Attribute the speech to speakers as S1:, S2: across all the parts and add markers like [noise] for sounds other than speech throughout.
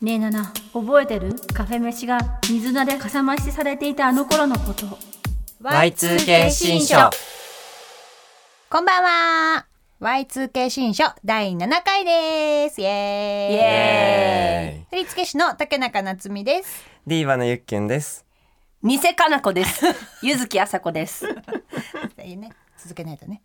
S1: ねえナナ覚えてるカフェ飯が水菜でかさ増しされていたあの頃のこと
S2: Y2K 新書
S3: こんばんは Y2K 新書第7回ですイエーイ
S1: イ
S2: エーイ
S3: 振付師の竹中夏実です
S2: ディーバのゆっけんです。
S1: 偽かな子ですゆずきあさこです
S3: いいね続けないとね、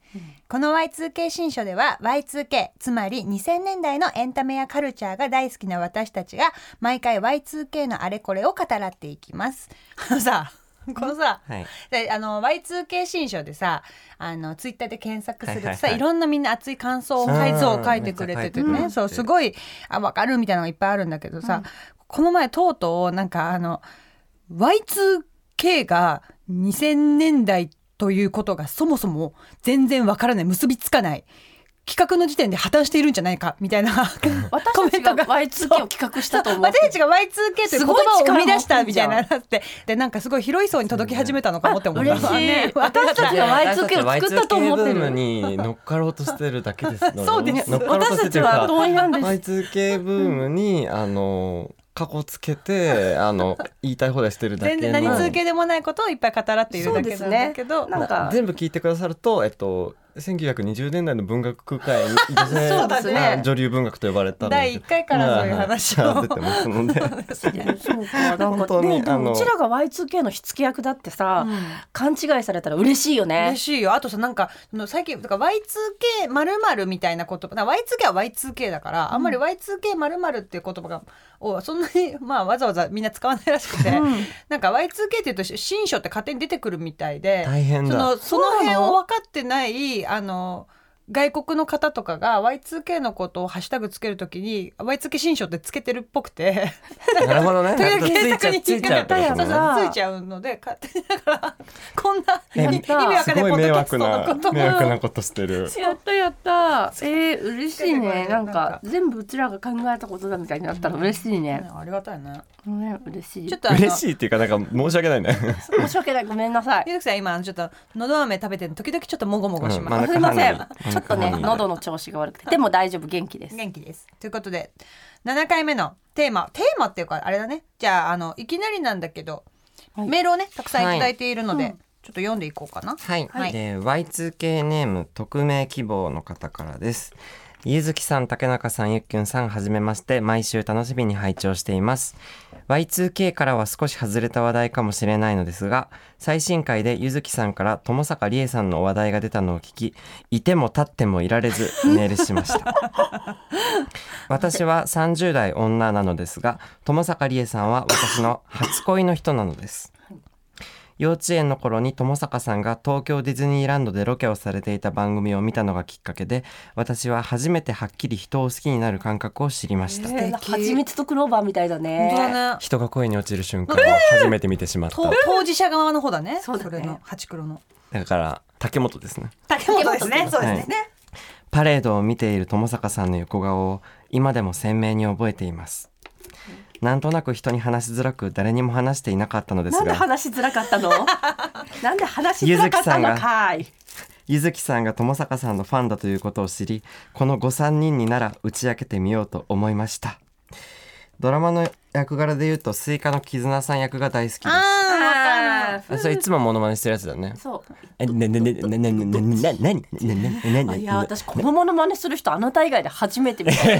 S3: この Y2K 新書では Y2K つまり2000年代のエンタメやカルチャーが大好きな私たちが毎回 Y2K のあれこれを語らっていきますあのさこのさ、
S2: はい。
S3: であの Y2K 新書でさあのツイッターで検索する
S2: は
S3: とさ、
S2: いいはいはい
S3: ろんなみんな熱い感想を回想を書いてくれてて
S2: うんめっちゃ書いてくれ
S3: ね、
S2: て
S3: そうすごいあ分かるみたいなのがいっぱいあるんだけどさ、この前とうとうなんかあの Y2K が2000年代ということがそもそも全然分からない結びつかない企画の時点で破綻しているんじゃないかみたいなコメ
S1: 私
S3: ント
S1: たちが
S3: が
S1: Y2K を企画したと思う
S3: 私たちが Y2K という言葉を生み出したみたいな
S1: す
S3: なってでなんかすごい広い層に届き始めたのかもって思った
S1: 嬉しい、
S3: ね
S1: 私たちが Y2K を作ったと思って
S2: 私たち Y2K ブーム
S1: る
S2: に乗っかろうとしてるだけです [laughs] の
S3: そうです
S2: 乗っかろうと
S1: 私
S2: したてと
S1: ち
S2: いう
S1: は
S2: か
S1: 遠いなんです
S2: Y2K ブームにあの過去つけてあの言いたい放題してるだけ
S3: 全
S2: の
S3: 然何続けでもないことをいっぱい語らっているだけなんだけど、
S1: なんか
S2: 全部聞いてくださるとえっと1920年代の文学界に女性
S3: [laughs] そうですね
S2: あ女流文学と呼ばれたので
S3: 第一回からそういう話を
S2: はいはい出てますので
S1: そうかなん
S2: 本
S1: か
S2: 当に
S1: ねで
S2: あ
S1: も
S2: の
S1: うちらが Y2K の火付け役だってさ、勘違いされたら嬉しいよね
S3: [laughs] 嬉しいよあとさなんかその最近だから Y2K まるまるみたいな言葉だから Y2K は Y2K だから、あんまり Y2K まるまるっていう言葉がをそんなにまあわざわざみんな使わないらしくて、
S1: うん
S3: なんか Y2K っていうと新書って勝手に出てくるみたいで
S2: [laughs] 大変
S3: そ
S2: だ
S3: のその辺を分かってないあの外国の方とかが Y2K のことをハッシュタグつけるときに Y2K 新書ってつけてるっぽくて。
S2: なるほどね
S3: という
S2: つ
S3: 検
S2: いち
S3: 索
S2: ゃ
S3: に
S2: つ
S3: 引っ
S2: いち
S3: か
S2: ゃ
S3: か
S2: うっ
S3: って
S2: こと
S3: た
S2: で
S3: や
S2: すも
S3: つ
S2: んね
S3: がついちゃうので勝手にだからこんな意
S2: や
S3: 味
S2: った
S3: 意味わかんない
S2: す
S3: ポ
S2: ごい
S3: ッドキ
S2: 迷
S3: ャス
S2: 惑
S3: トの
S2: な
S3: こと
S2: 迷惑なことして
S3: [laughs]
S2: る。
S1: やったやった。えー、嬉しいね。なん
S3: な
S1: か
S3: んか
S1: 全部うちらが考えたことだみたいになったら嬉しいね。
S3: ありがたいね
S1: ね嬉しい。
S3: ち
S1: ちょ
S3: ょっ
S1: っ
S3: とあの
S2: 嬉しいっていうかなんか申し訳ないね。
S1: と申し訳ないごめんな
S2: [laughs]
S1: さい。
S3: ゆうきさん今あのちょっとのど飴食べて時々ちょっともごもごし
S2: うんま
S3: ま
S2: あ
S3: す、
S2: 中
S1: すいません。ち
S2: 鼻に
S1: ょっとね
S2: 中鼻に
S1: 喉の調子が悪くてでも大丈夫元気です。
S3: 元気ですということで7回目のテーマテーマっていうかあれだねじゃああのいきなりなんだけど、
S1: はい
S3: メールをねたくさんいただいているので、ちょっと読んでいこうかな
S2: はい、
S3: はい
S2: で Y2K ネーム匿名希望の方からですゆずきさん竹中さんゆっきゅんさんはじめまして毎週楽しみに拝聴しています Y2K からは少し外れた話題かもしれないのですが最新回でゆずきさんから友坂理恵さんのお話題が出たのを聞きいても立ってもいられずメールしました私は30代女なのですが友坂理恵さんは私の初恋の人なのです幼稚園の頃に友坂さんが東京ディズニーランドでロケをされていた番組を見たのがきっかけで私は初めてはっきり人を好きになる感覚を知りました、
S1: えー、蜂蜜とクローバーみたいだね。
S3: 本当だね
S2: 人が恋に落ちる瞬間を初めて見てしまった
S3: と当事者側の方だね
S1: そうだね
S3: れのハチクロの
S2: だから竹本ですね
S3: 竹本ですねそう
S2: ですねパレードを見ている友坂さんの横顔を今でも鮮明に覚えていますなんとなく人に話しづらく誰にも話していなかったのです
S1: なんで
S2: が
S1: 話しづらかったの？なんで話しづらかったのかい。
S2: ゆずきさんが友坂さんのファンだということを知りこのご3人になら打ち明けてみようと思いましたドラマの役柄でいうとスイカの絆さん役が大好きですあ
S3: あーわかる
S2: それいつもモノマネしてるやつだね
S1: そう。
S2: えねねねねねねねねねねねね
S1: あ
S2: ね
S1: いや私子供の真似する人あなた以外で初めて見た。
S3: ゆず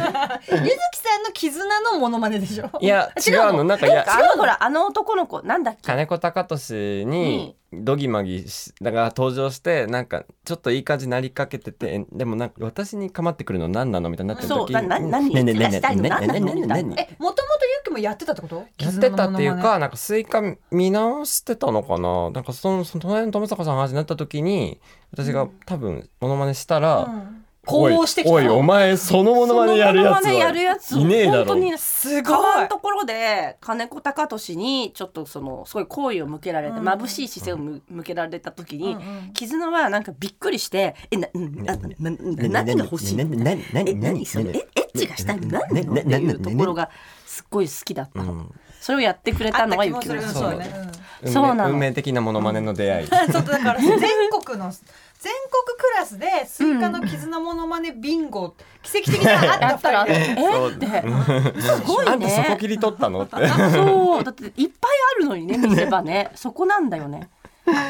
S3: きさんの絆のモノマネでしょ
S2: いや違うのなんかいや
S1: あのほらあの男の子なんだっけ？
S2: 金子隆俊にどぎまぎしだから登場してなんかちょっといい感じになりかけててでもなんか私に構ってくるの何なのみたいになってる時
S1: そうなな何
S2: ねねねねね
S1: したいの
S2: ね
S1: 何なの
S2: ねねね
S1: みたいな
S2: ね
S3: えもともとゆうきもやってたってこと
S2: やってたってい
S3: 絆のモノ
S2: う
S3: マ
S2: かなんかスイカ見直してたのかななんかそのその隣の友坂さんの話になった時に私が多分モノマネしたら、
S3: ネうんこうしてきた
S2: おいおいお前そのモノマネやるや
S1: そのモノ
S2: つ
S1: マネやるやつ
S2: いねえだろ
S1: 本当にす
S3: す
S1: ご
S3: ご
S1: い
S3: い
S1: ところで金子貴俊にちょっとそのすごい好意を向けられて、
S3: うん
S1: 眩しい視線をむ向けられた時に、
S3: うんうん
S1: 絆はなんかびっくりしてえななななな何が欲しい
S2: ね
S1: の
S2: ねねねね
S1: え
S2: ね
S1: 何それ
S2: ね
S1: えエッチがしたいの何なのって
S2: ねねねね
S1: いうところがすっごい好きだったの、
S2: うん
S1: それをやってくれたのはゆき
S3: あ
S1: の
S3: った気もする
S2: そう
S3: そうね
S2: 運命
S1: そうなの
S2: 運命的なモノマネの出会い、
S3: そうだから全国の全国クラスでスイカの絆モノマネビンゴ奇跡的な
S1: あ
S3: あっ
S1: ったたら
S3: 2人で。
S2: そう
S1: えってすごいね
S2: あんたそこ切り取ったのって
S1: そうだっていっぱいあるのにね見せ場ねそこなんだよね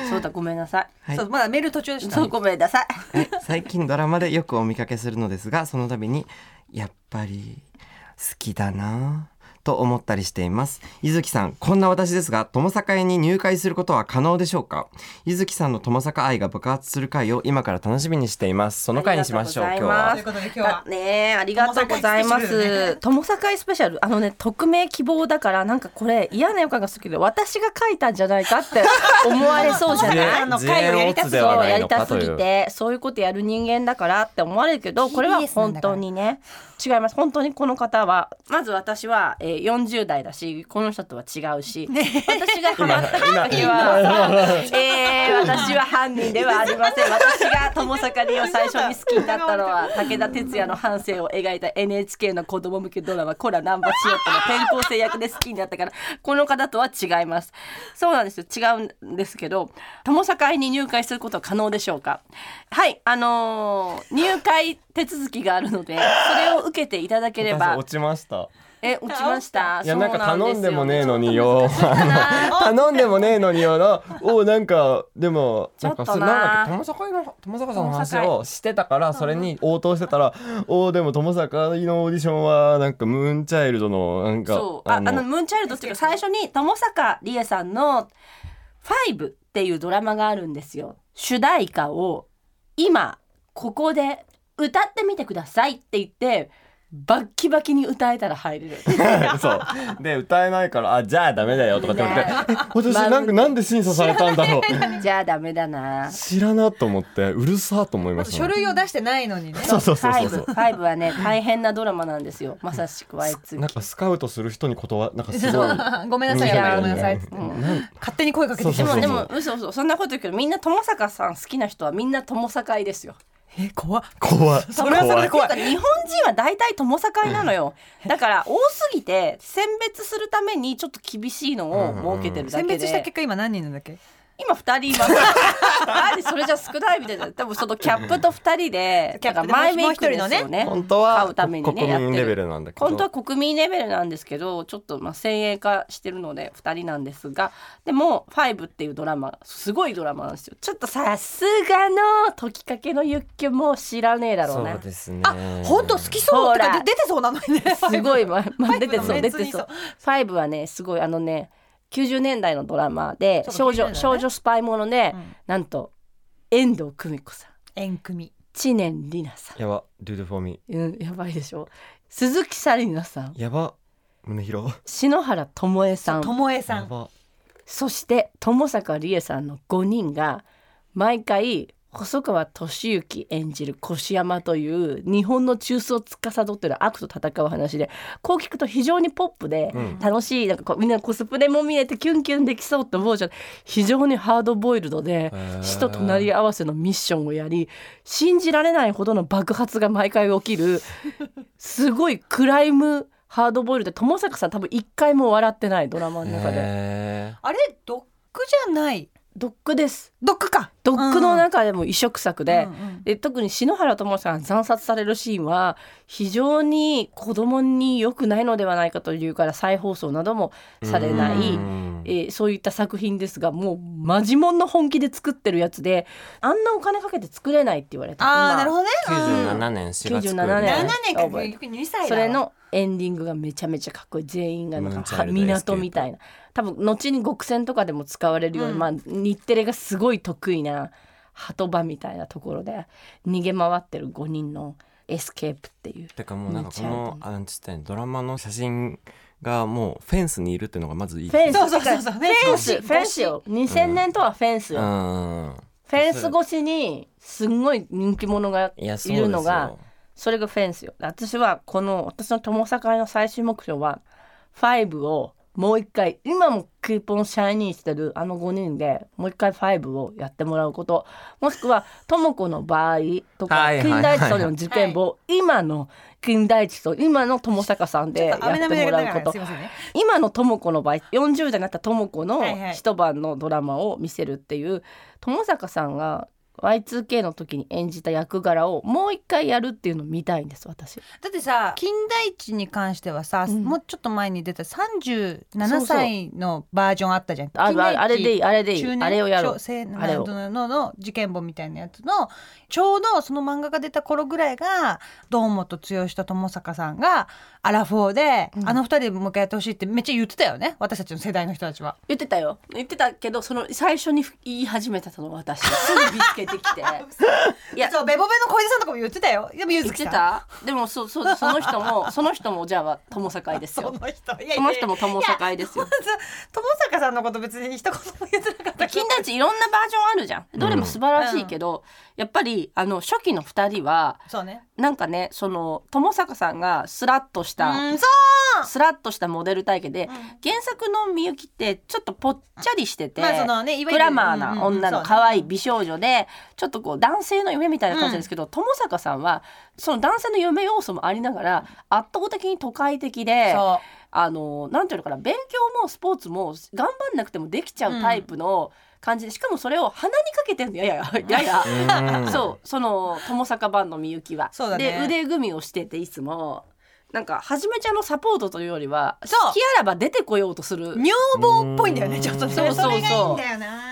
S1: そうだごめんなさい
S2: はい
S3: そうまだメール途中でした。
S1: そうごめんなさい
S2: はい最近ドラマでよくお見かけするのですがその度にやっぱり好きだなぁと思ったりしていますゆずきさんこんな私ですが友坂屋に入会することは可能でしょうかゆずきさんの友坂愛が爆発する回を今から楽しみにしていますその回にしましょう
S1: あり
S2: 今
S1: が
S2: 日
S1: とうございま
S2: は
S1: す
S3: ということで今日
S1: だ
S3: は
S1: [laughs] ねありがとうございま
S3: 友坂井スペシャル
S1: す友坂井スペシャルあのね匿名希望だからなんかこれ嫌な予感がするけど私が書いたんじゃないか [laughs] って思われそうじゃない
S3: あの回をやりたす
S2: 自
S3: ぎ
S2: 演
S1: そう
S2: オッズではな
S1: や
S2: い
S1: り
S2: の
S1: た
S2: か
S1: す
S2: とい
S1: ぎ
S2: う
S1: てそういうことやる人間だからって思われるけどこれは本当にね違います本当にこの方はまず私は、えー、40代だしこの人とは違うし、私がハマったきっかけは、 [laughs] えー、私は犯人ではありません私が友坂理を最初に好きになったのは武田鉄矢の半生を描いた NHK の子供向けドラマ「コラ難波しよっの転校生役で好きになったからこの方とは違いますそうなんですよ違うんですけど友坂に入会することは可能でしょうかはいあのー入会手続きがあるのでそれを受けていただけれ
S2: 私
S1: ば
S2: 落ちました
S1: え落ちました
S2: いやなんか頼んでもねえのによ [laughs]
S1: な
S2: 頼んでもねえのによなおなんかでもなんか
S1: ちょっ
S2: そ
S1: とな
S2: れなんだっけ友坂の友坂さんの話をしてたからそれに応答してたらおでも友坂のオーディションはなんかムーンチャイルドのなんか
S1: そうああのムーンチャイルドっていうか最初に友坂理恵さんの「ファイブっていうドラマがあるんですよ主題歌を今ここで歌ってみてくださいって言ってバッキバキに歌えたら入れる
S2: [laughs] そうで歌えないからあじゃあダメだよとかって言われて
S1: ね
S2: え私なんかなんで審査されたんだろう
S1: [laughs] じゃあダメだな
S2: 知らなと思ってうるさと思いま
S3: ま
S2: し
S3: ず
S2: た
S3: 書類を出してないのにね。
S2: そうそう
S1: フ
S2: そうそ
S1: ァ
S2: う
S1: イ
S2: そ
S1: ブ
S2: う
S1: ファイブはね大変なドラマなんですよまさしくワイツ
S2: なんかスカウトする人に断なんかすごい
S3: [laughs] ごめんなさいやばいごめんなさいっつって
S1: うん
S3: 勝手に声かけてき
S1: で
S3: て
S1: も
S2: そうそう
S1: でも嘘嘘そんなこと言うけどみんな友坂さん好きな人はみんな友坂井ですよ
S3: え怖っ
S2: 怖い
S3: それはそれで怖い
S1: なんか日本人は大体友境なのよだから多すぎて選別するためにちょっと厳しいのを設けてるだ
S3: 選
S1: けで、
S3: 別した結果今何人なんだっけ？
S1: 今2人います [laughs] なんでそれじゃ少ないみたいな多分そのキャップと2人で
S3: キャッ
S1: だから
S3: プで
S1: 前メイクですよ
S3: もう一人の
S1: ね
S2: 本当は
S1: 買うためにね
S2: 国民レベ
S1: やってる
S2: ルなんだけど
S1: 本当は国民レベルなんですけどちょっとまあ先鋭化してるので2人なんですがでも「ファイブっていうドラマすごいドラマなんですよちょっとさすがの解きかけのユッケも知らねえだろうな
S2: そうですね
S3: 本当好きそうって
S1: ほ
S3: か
S1: ら
S3: 出てそうなのにね。
S1: す
S3: [laughs]
S1: ごい、まま
S3: ファイ
S1: 出
S3: ブ
S1: て
S3: の
S1: そう
S3: メ
S1: 出
S3: ンツ
S1: て
S3: に
S1: そ
S3: そう
S1: う。ファイブはねすごいあのね90年代のドラマで
S3: そう
S1: 少
S3: か90年
S1: 女
S3: 代ね
S1: 少女スパイもので、なんと遠藤久美子さん、
S3: 縁組。
S1: 知念里奈さ
S2: やば Do it for me
S1: ん、うん、やばいでしょ。鈴木紗理奈さん、
S2: やば胸広
S1: 篠原ともえさ
S3: と
S1: ん、
S3: もえさ
S2: や
S3: ん。
S2: ば
S1: そして友坂理恵さんの5人が毎回細川俊之演じる越山という日本の中枢を司っている悪と戦う話でこう聞くと非常にポップで、
S2: うん
S1: 楽しいなんかこうみんなコスプレも見れてキュンキュンできそうって思うじゃん非常にハードボイルドで
S2: ー
S1: 死と隣り合わせのミッションをやり信じられないほどの爆発が毎回起きるすごいクライムハードボイルドで友坂さん多分一回も笑ってないドラマの中で、
S2: え
S3: あれドックじゃない。
S1: ドックです
S3: ドックか。
S1: ドックの中でも異色作で、
S3: うんうん
S1: で特に篠原智さんが惨殺されるシーンは非常に子供に良くないのではないかというから再放送なども
S2: ー
S1: されな
S2: う
S1: い
S2: ん
S1: えーそういった作品ですがもうマジモンの本気で作ってるやつであんなお金かけて作れないって言われた
S3: あ
S1: ま
S3: あなるほどね。
S2: 97年4月
S1: 97年
S3: 7年か結局2歳だわ
S1: それのエンディングがめちゃめちゃかっこいい全員がなん
S2: ムー
S1: か
S2: ンチャイ
S1: は
S2: ルドエスケープ
S1: 港みたいな多分後に極戦とかでも使われるような、
S3: うん
S1: まあ、日テレがすごい得意な鳩場みたいなところで逃げ回ってる5人のエスケープっていう
S2: てかもうなんかこ
S1: めっちゃある
S2: のあなんつったらいいのドラマの写真がもうフェンスにいるっていうのがまずいい
S1: フェンス
S3: そうそうそうそう
S1: フェンスフェンスよ2000年とはフェンス
S2: う
S1: よ、
S2: ん
S1: フェンス越しにすんごい人気者が
S2: いや
S1: い
S2: そうです
S1: る
S2: よ
S1: のがそれがフェンスよ私はこの私の友坂の最終目標は5をもう一回今もクーポンシャイニーしてるあの5人でもう一回5をやってもらうこともしくはとも子の場合とか
S2: はいはいはい
S1: 金田一との事件簿を今の金田一と今の友坂さんでやっても
S3: 雨涙が
S1: ら
S3: 出
S1: うこ
S3: たから
S1: と
S3: すいませんね
S1: 今のとも子の場合40代になったとも子の
S3: はいはい
S1: 一晩のドラマを見せるっていう友坂さんが Y2K の時に演じた役柄をもう一回やるっていうのを見たいんです私。
S3: だってさ金田一に関してはさ、
S1: うん
S3: もうちょっと前に出た
S1: そう
S3: 37
S1: そう
S3: 歳のバージョンあったじゃん
S1: あるあるあれでい
S3: い
S1: いあれでいいあれをやろう。
S3: 青
S1: あれを
S3: ののの事件簿みたいなやつのちょうどその漫画が出た頃ぐらいが堂本剛と友坂さんがアラフォーで、
S1: うん
S3: あの二人もう一回やってほしいってめっちゃ言ってたよね私たちの世代の人たちは。
S1: 言ってたよ言ってたけどその最初に言い始めたの
S3: [laughs]
S1: 私すぐ見つけてきていや
S3: そうベボベの小出さんとかも言ってたよ。でもゆ
S1: 言
S3: ず
S1: っ
S3: き
S1: て
S3: さん。
S1: たでもそうそうその人もその人もじゃあ友坂井です
S3: [laughs] そ
S1: よ
S3: の人いやいやいや
S1: その人も友坂井ですよ
S3: いや友坂さんのこと別に一言も言ってなかった [laughs] けど
S1: 金田一いろんなバージョンあるじゃんどれも素晴らしいけど、やっぱりあの初期の2人は
S3: そうね
S1: なんかねその友坂さんがスラッとした、
S3: うんそ
S1: スラッとしたモデル体型で、
S3: ん
S1: 原作のみゆきってちょっとぽっちゃりしてて、
S3: まあそのねいわゆる
S1: グラマーな女
S3: うんうんそう
S1: の
S3: ね
S1: 可愛い美少女でちょっとこう男性の夢みたいな感じですけど、友坂さんはその男性の夢要素もありながら圧倒的に都会的で。
S3: そ
S1: あのなんていうのかな勉強もスポーツも頑張んなくてもできちゃうタイプの感じで、しかもそれを鼻にかけてんのやややや
S2: うん
S1: そうその友坂版のみゆきは
S3: そうだね
S1: で腕組みをしてていつもなんかはじめちゃんのサポートというよりは好
S3: そう
S1: きあらば出てこようとする
S3: う女房っぽいんだよねちょっとね
S1: そうそうそう
S3: れがいいんだよな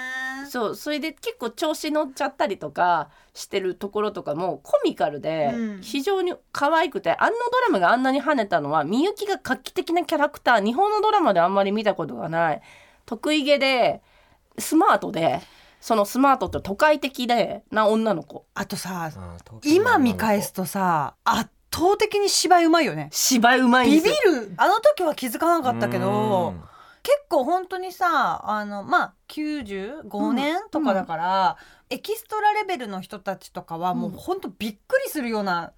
S1: そうそれで結構調子乗っちゃったりとかしてるところとかもコミカルで
S3: うん
S1: 非常に可愛くて、あのドラマがあんなに跳ねたのはみゆきが画期的なキャラクター日本のドラマであんまり見たことがない得意げでスマートでそのスマートって都会的でな女の子
S3: あと
S2: あ
S3: さ
S2: ー
S3: 今見返すとさ圧倒的に芝居うまいよね
S1: 芝居うまいんで
S3: ビ
S1: す
S3: ビ
S1: よ
S3: るあの時は気づかなかったけど結構本当にさあのまあ95年とかだから、エキストラレベルの人たちとかはもう本当びっくりするような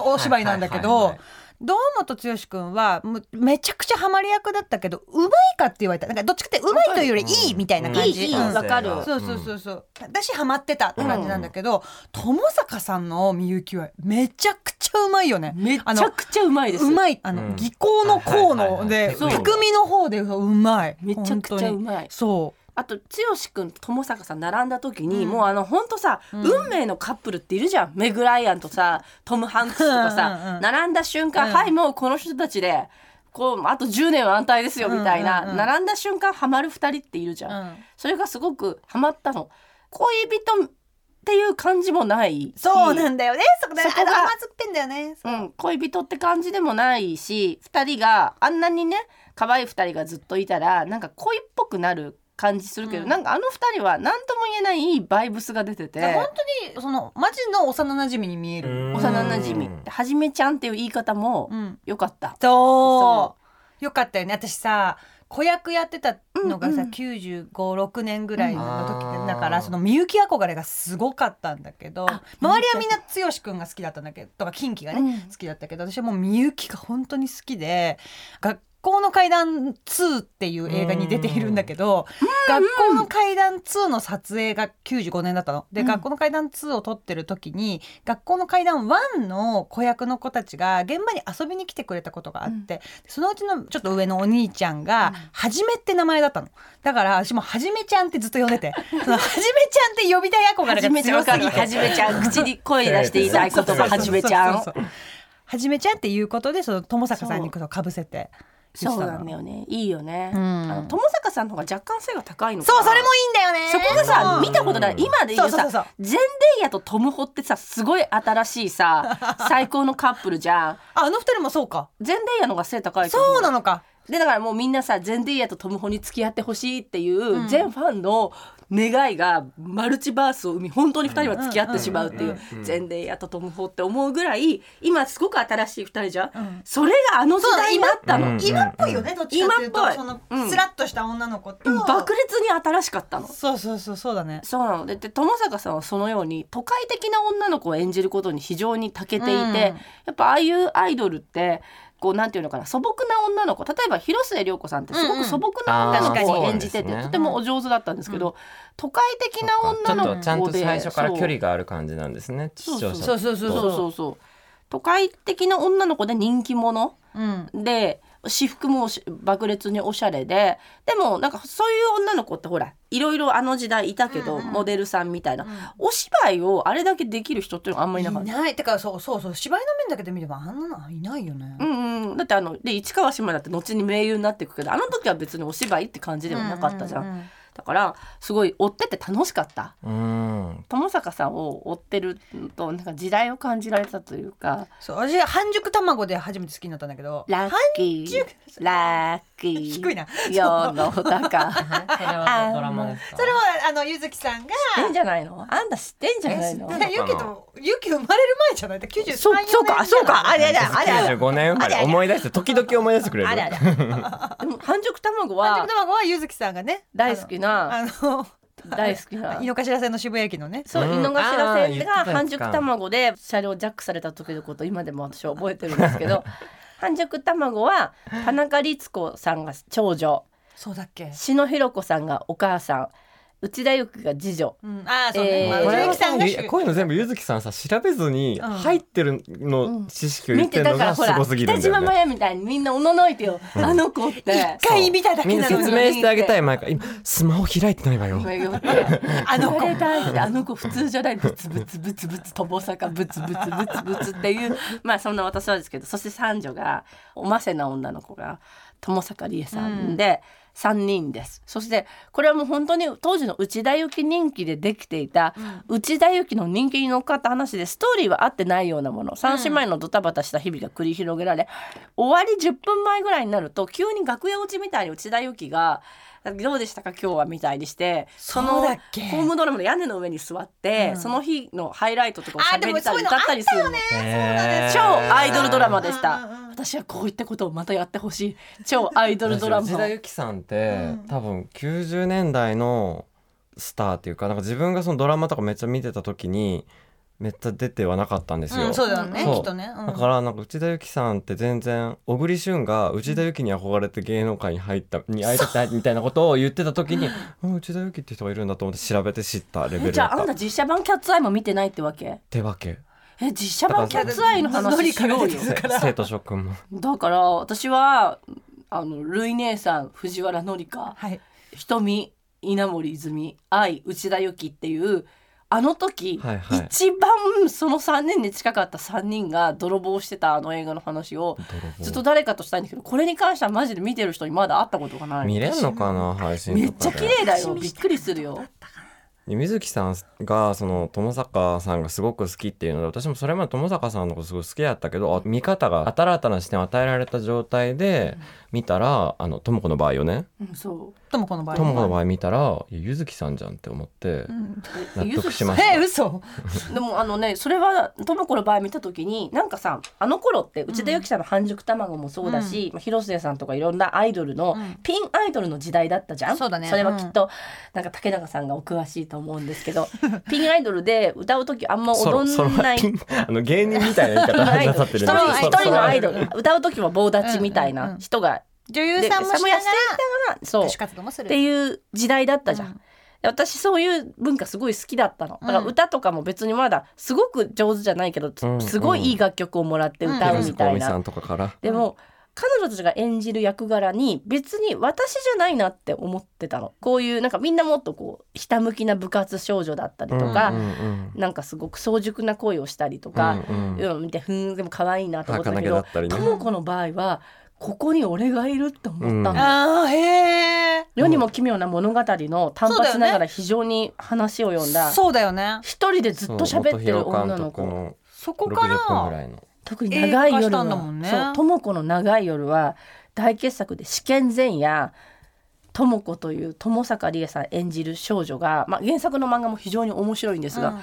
S3: お芝居なんだけ
S2: はいはいは
S3: ど
S2: いはい
S3: 堂本剛くんはもうめちゃくちゃハマり役だったけどうまいかって言われたなんかどっちかってうまいというよりいいみたいな感じ。
S1: いいいい
S3: うん
S1: わかる
S3: そうそうそうそう、私ハマってたって感じなんだけど、友坂さんのみゆきはめちゃくちゃうまいよね。
S1: めち
S3: あ
S1: ゃ
S3: の
S1: くちゃうまいです
S3: うまいあ
S2: う
S3: の
S2: ん
S3: 技巧の功の
S2: はいはいは
S3: で
S2: い
S1: そう
S3: 匠の方でうまい
S1: めちゃくちゃう
S3: い
S1: まい
S3: そう
S1: あと剛君と友坂さん並んだ時に、
S3: うん
S1: もうあのほんとさ、
S3: うん
S1: 運命のカップルっているじゃんメグ・ライアンとさトム・ハンクスとかさ、
S3: うんうんうん
S1: 並んだ瞬間、
S3: うん
S1: はいもうこの人たちでこうあと10年は安泰ですよみたいな、
S3: うんうんうん
S1: 並んだ瞬間ハマる2人っているじゃん、
S3: うん
S1: それがすごくハマったの恋人っていう感じもない
S3: そうなんだよねそこだ
S1: そこが
S3: あの甘酸っぱいんだよねそう
S1: うん、恋人って感じでもないし2人があんなにね可愛い2人がずっといたらなんか恋っぽくなる感じするけど、
S3: うん
S1: なんかあの2人は何とも言えないいいバイブスが出てて
S3: 本当にそのマジの幼馴染みに見える
S2: うん
S1: 幼なじみはじめちゃんっていう言い方も
S3: うん
S1: 良かった。
S3: そ
S1: そう
S3: よかったよね私さ子役やってたのが
S1: うん
S3: さ、
S1: うん
S3: 956年ぐらいの時
S2: う
S3: で
S2: ん
S3: だからそのみゆき憧れがすごかったんだけど
S1: あ
S3: 周りはみんな剛くんが好きだったんだけどとかキンキがね、
S1: うん
S3: 好きだったけど私はもうみゆきが本当に好きで学校の階段2っていう映画に出ているんだけど学校の階段2の撮影が95年だったの。で、
S1: うん
S3: 学校の階段2を撮ってる時に学校の階段1の子役の子たちが現場に遊びに来てくれたことがあって、そのうちのちょっと上のお兄ちゃんが「はじめ」って名前だったの。だから私も「はじめちゃん」ってずっと呼ん
S1: [laughs]
S3: でて「そのはじめちゃん」って呼びたい憧れ
S1: はじめ
S3: が
S1: ちゃん
S3: 強
S1: わか
S3: す
S1: る
S3: ぎて
S1: は。じめちゃん口に声出して言いたい言葉はじめちゃん
S3: そうそうそうそう。はじめちゃんっていうことでその友坂さんにこうかぶせて言っ
S1: そ
S3: て
S1: う
S3: たの
S1: なんだよねいいよね、
S3: うん
S1: あの友坂さんの方が若干背が高いのか
S3: そう
S1: な
S3: それもいいんだよね
S1: そこがさ
S2: うん
S1: 見たことない今で言う
S3: そうそうそうそう
S1: さジェンデイヤとトムホってさすごい新しいさ最高のカップルじゃん
S3: ああの二人もそうか
S1: ジェンデイヤの方が背高いと思
S3: そうなのか
S1: でだからもうみんなさジェンデイヤとトムホに付き合ってほしいっていううん全ファンの願いがマルチバースを生み本当に2人は付き合ってしまうっていう全然やったと思うって思うぐらい今すごく新しい2人じゃん、
S4: ん
S1: それがあの時代だったの、
S2: うん
S4: 今っぽいよねどっちかっていう
S1: 今っぽ
S4: と
S1: い
S4: その
S1: うん
S4: スラッとした女の子と
S1: 爆裂に新しかったの
S3: そうそうそうそうだね
S1: そうなのでで友坂さんはそのように都会的な女の子を演じることに非常に長けていて、
S3: うん
S1: やっぱああいうアイドルってこうなんていうのかな素朴な女の子例えば広末涼子さんってすご
S3: うん
S1: く
S3: うん
S1: 素朴な女の子
S2: あー
S1: を演じてて、
S2: そうですね
S1: とてもお上手だったんですけど、都会的な
S2: そっか
S1: 女
S2: ちょ
S1: の
S2: っ
S1: 子
S2: と
S1: で
S2: ちゃんと最初から距
S1: そ
S2: 離
S1: う
S2: がある感じなんですね視
S1: そう
S2: 聴
S1: そう
S2: 者
S3: そうそうそ
S1: そ
S3: う
S1: うそうそう都会的な女の子で人気者
S3: うん
S1: で私服もおし爆裂におしゃれででもなんかそういう女の子ってほらいろいろあの時代いたけど、
S4: うんうん
S1: モデルさんみたいな、お芝居をあれだけできる人っていうのがあんまりい
S3: い
S1: なかった。
S3: ないてかそうそうそう芝居の面だけで見ればあんなのいないよね
S1: うんうん、だってあので市川志麻だって後に名優になっていくけどあの時は別にお芝居って感じではなかったじゃん,、
S3: ううう
S1: だからすごい追ってて楽しかった
S2: うん
S1: 友坂さんを追ってるのとなんか時代を感じられたというか
S3: そう私半熟卵で初めて好きになったんだけど
S1: ラッキーラッキー
S3: 低いな
S1: 世の中
S2: それはドラマですか
S4: それはあのゆずきさんが
S1: 知ってんじゃないのあんた知ってんじゃないの
S4: だ
S2: え
S4: か
S2: 知
S4: ら
S2: って
S4: ゆきとゆき生まれる前じゃないって93
S1: そうそうかそうかあれだあれだ
S2: 95年生まれ思い出して時々思い出してくれる
S1: あれあれ
S2: [laughs]
S1: でも半熟卵
S3: 半
S1: は
S3: 熟卵はゆずきさんがね
S1: 大好きな
S3: あの
S1: 大好きな
S3: あの井の頭線の渋谷駅のね
S1: そう、
S2: う
S1: 井
S2: ん
S1: の頭線が
S2: あー言ってたやつか
S1: 半熟卵で車両ジャックされた時のこと今でも私は覚えてるんです
S2: [laughs]
S1: けど半熟卵は田中律子さんが長女
S3: そうだっけ
S1: 篠弘子さんがお母さん内田有紀が次女
S3: うんああそう
S1: えー
S3: ねまあ
S2: これ
S4: ゆ
S2: は
S4: ずきさんが
S2: さこういうの全部ゆずきさんさ調べずに
S3: うん
S2: 入ってるの知識を言ってるの
S1: だから
S2: がす
S1: ほら
S2: ごすぎる
S1: 北
S2: んだよ
S1: 島麻
S2: ね。
S1: 也みたいにみんなおののいてよ、あの子って。
S3: 一回見ただ
S2: み
S3: け
S2: んな
S3: なの
S2: 説
S3: に
S2: 明してあげたい前から今スマホ開いてないわよ。
S1: あの子あの子普通じゃないブツブツブツブツ友坂ブツブツブツブツっていうまあそんな私はですけどそして三女がおませな女の子が友坂理恵さんで3人です、そしてこれはもう本当に当時の内田有紀人気でできていた、内田有紀の人気に乗っかった話でストーリーは合ってないようなもの三姉妹のドタバタした日々が繰り広げられ、終わり10分前ぐらいになると急に楽屋落ちみたいに内田有紀が「どうでしたか今日は」みたいにしてその
S3: そう
S1: ホ
S3: だっけ
S1: ームドラマの屋根の上に座って、
S3: うん
S1: その日のハイライトとかを
S4: あで
S1: 喋
S4: も
S1: った
S4: そうい
S1: り
S4: うの
S1: 歌ったりするの。
S2: へー
S1: 超アイドルドラマでした、
S4: うんうんうん
S1: 私はこういったことをまたやってほしい超アイドルドラマ
S2: 内
S1: を
S2: 田有紀さんって、
S4: うん
S2: 多分90年代のスターっていうかなんか自分がそのドラマとかめっちゃ見てた時にめっちゃ出てはなかったんですよ。
S3: うんそうだよねき
S2: そう
S3: っとねうん
S2: だからなんか内田有紀さんって全然小栗旬が内田有紀に憧れて芸能界に入ったに会いたいみたいなことを言ってた時に [laughs] うん内田有紀って人がいるんだと思って調べて知ったレベル
S1: じゃ
S2: だ
S1: ああ
S2: っ
S1: ん
S2: た
S1: た
S2: っ
S1: 実写版キャッツアイも見てないってわけ
S2: てわけ
S1: え実写版キャッツアイの話しようよ
S2: せ生徒
S1: [laughs]
S2: 諸君も
S1: だから私はあのルイ姉さん藤原紀香
S3: はい
S1: 瞳稲森泉愛内田有紀っていうあの時、
S2: はいはい
S1: 一番その3人に近かった3人が泥棒してたあの映画の話をずっと誰かとしたいんだけどこれに関してはマジで見てる人にまだ会ったことがない
S2: 見れんのかな配信とかで
S1: めっちゃ綺麗だよびっくりするよ
S2: で水木さんがその友坂さんがすごく好きっていうので私もそれまで友坂さんのことすごい好きだったけどあ見方が新たな視点を与えられた状態で見たらあの智子の場合よね
S1: うんそ
S3: ともこの場合
S2: 智子の場合見たらいやゆずきさんじゃんって思って
S1: う
S2: 納得しました
S3: え嘘
S1: でもあのねそれはともこの場合見た時になんかさあの頃って内田有紀さんの半熟卵もそうだし、まあ広末さんとかいろんなアイドルの、
S3: うん
S1: ピンアイドルの時代だったじゃん
S3: そうだね
S1: れはきっと、なんか竹中さんがお詳しいと思うんですけ
S3: [laughs]
S1: どピンアイドルで歌う時あんま
S2: そ
S1: 踊
S2: ろそろ
S1: んない。
S2: ピン [laughs] あの芸人みたいな
S1: [laughs]
S2: 言い方なさって
S1: 一
S2: る
S1: 人
S2: ね
S1: 一人のアイド
S2: そ
S1: ル歌う時は棒立ちみたい
S3: うんうんう
S1: なん人が、
S3: 女優さんもし
S1: も
S3: な
S1: や
S3: が
S1: していたがそう
S3: ら手活動もす
S1: っ
S3: る
S1: ていう時代だったじゃん。
S3: うん
S1: で私そういう文化すごい好きだったのだから
S3: うん
S1: 歌とかも別にまだすごく上手じゃないけど、
S2: うん
S1: すごいいい楽曲をもらって歌
S2: ろ
S1: う
S2: 広瀬
S1: み
S2: 香
S1: たい
S2: 美
S1: な、
S2: さんとかから
S1: でも彼女たちが演じる役柄に別に私じゃないなって思ってたのこういうなんかみんなもっとこうひたむきな部活少女だったりとか、
S2: うんうん
S1: なんかすごく早熟な恋をしたりとか、
S2: うんうん
S1: うん見てふーんでも可愛いなと思った
S2: 儚
S1: け
S2: げだ
S1: ど
S2: ったりね
S1: ともこの場合はここに俺がいるって思ったの。
S2: うん
S3: ああへえ
S1: 世にも奇妙な物語の単発ながら非常に話を読んだ
S3: そうだよね
S1: 一人でずっと喋ってる女の子
S3: そこ
S2: 元
S3: か
S2: ヒロ監督の60分ぐ
S3: ら
S2: らいの
S1: 特に長い
S3: 映画化し
S1: 夜
S3: たんだ
S1: は
S3: もんね
S1: そう智子の長い夜は大傑作で試験前夜智子という友坂理恵さん演じる少女が、まあ、原作の漫画も非常に面白いんですが、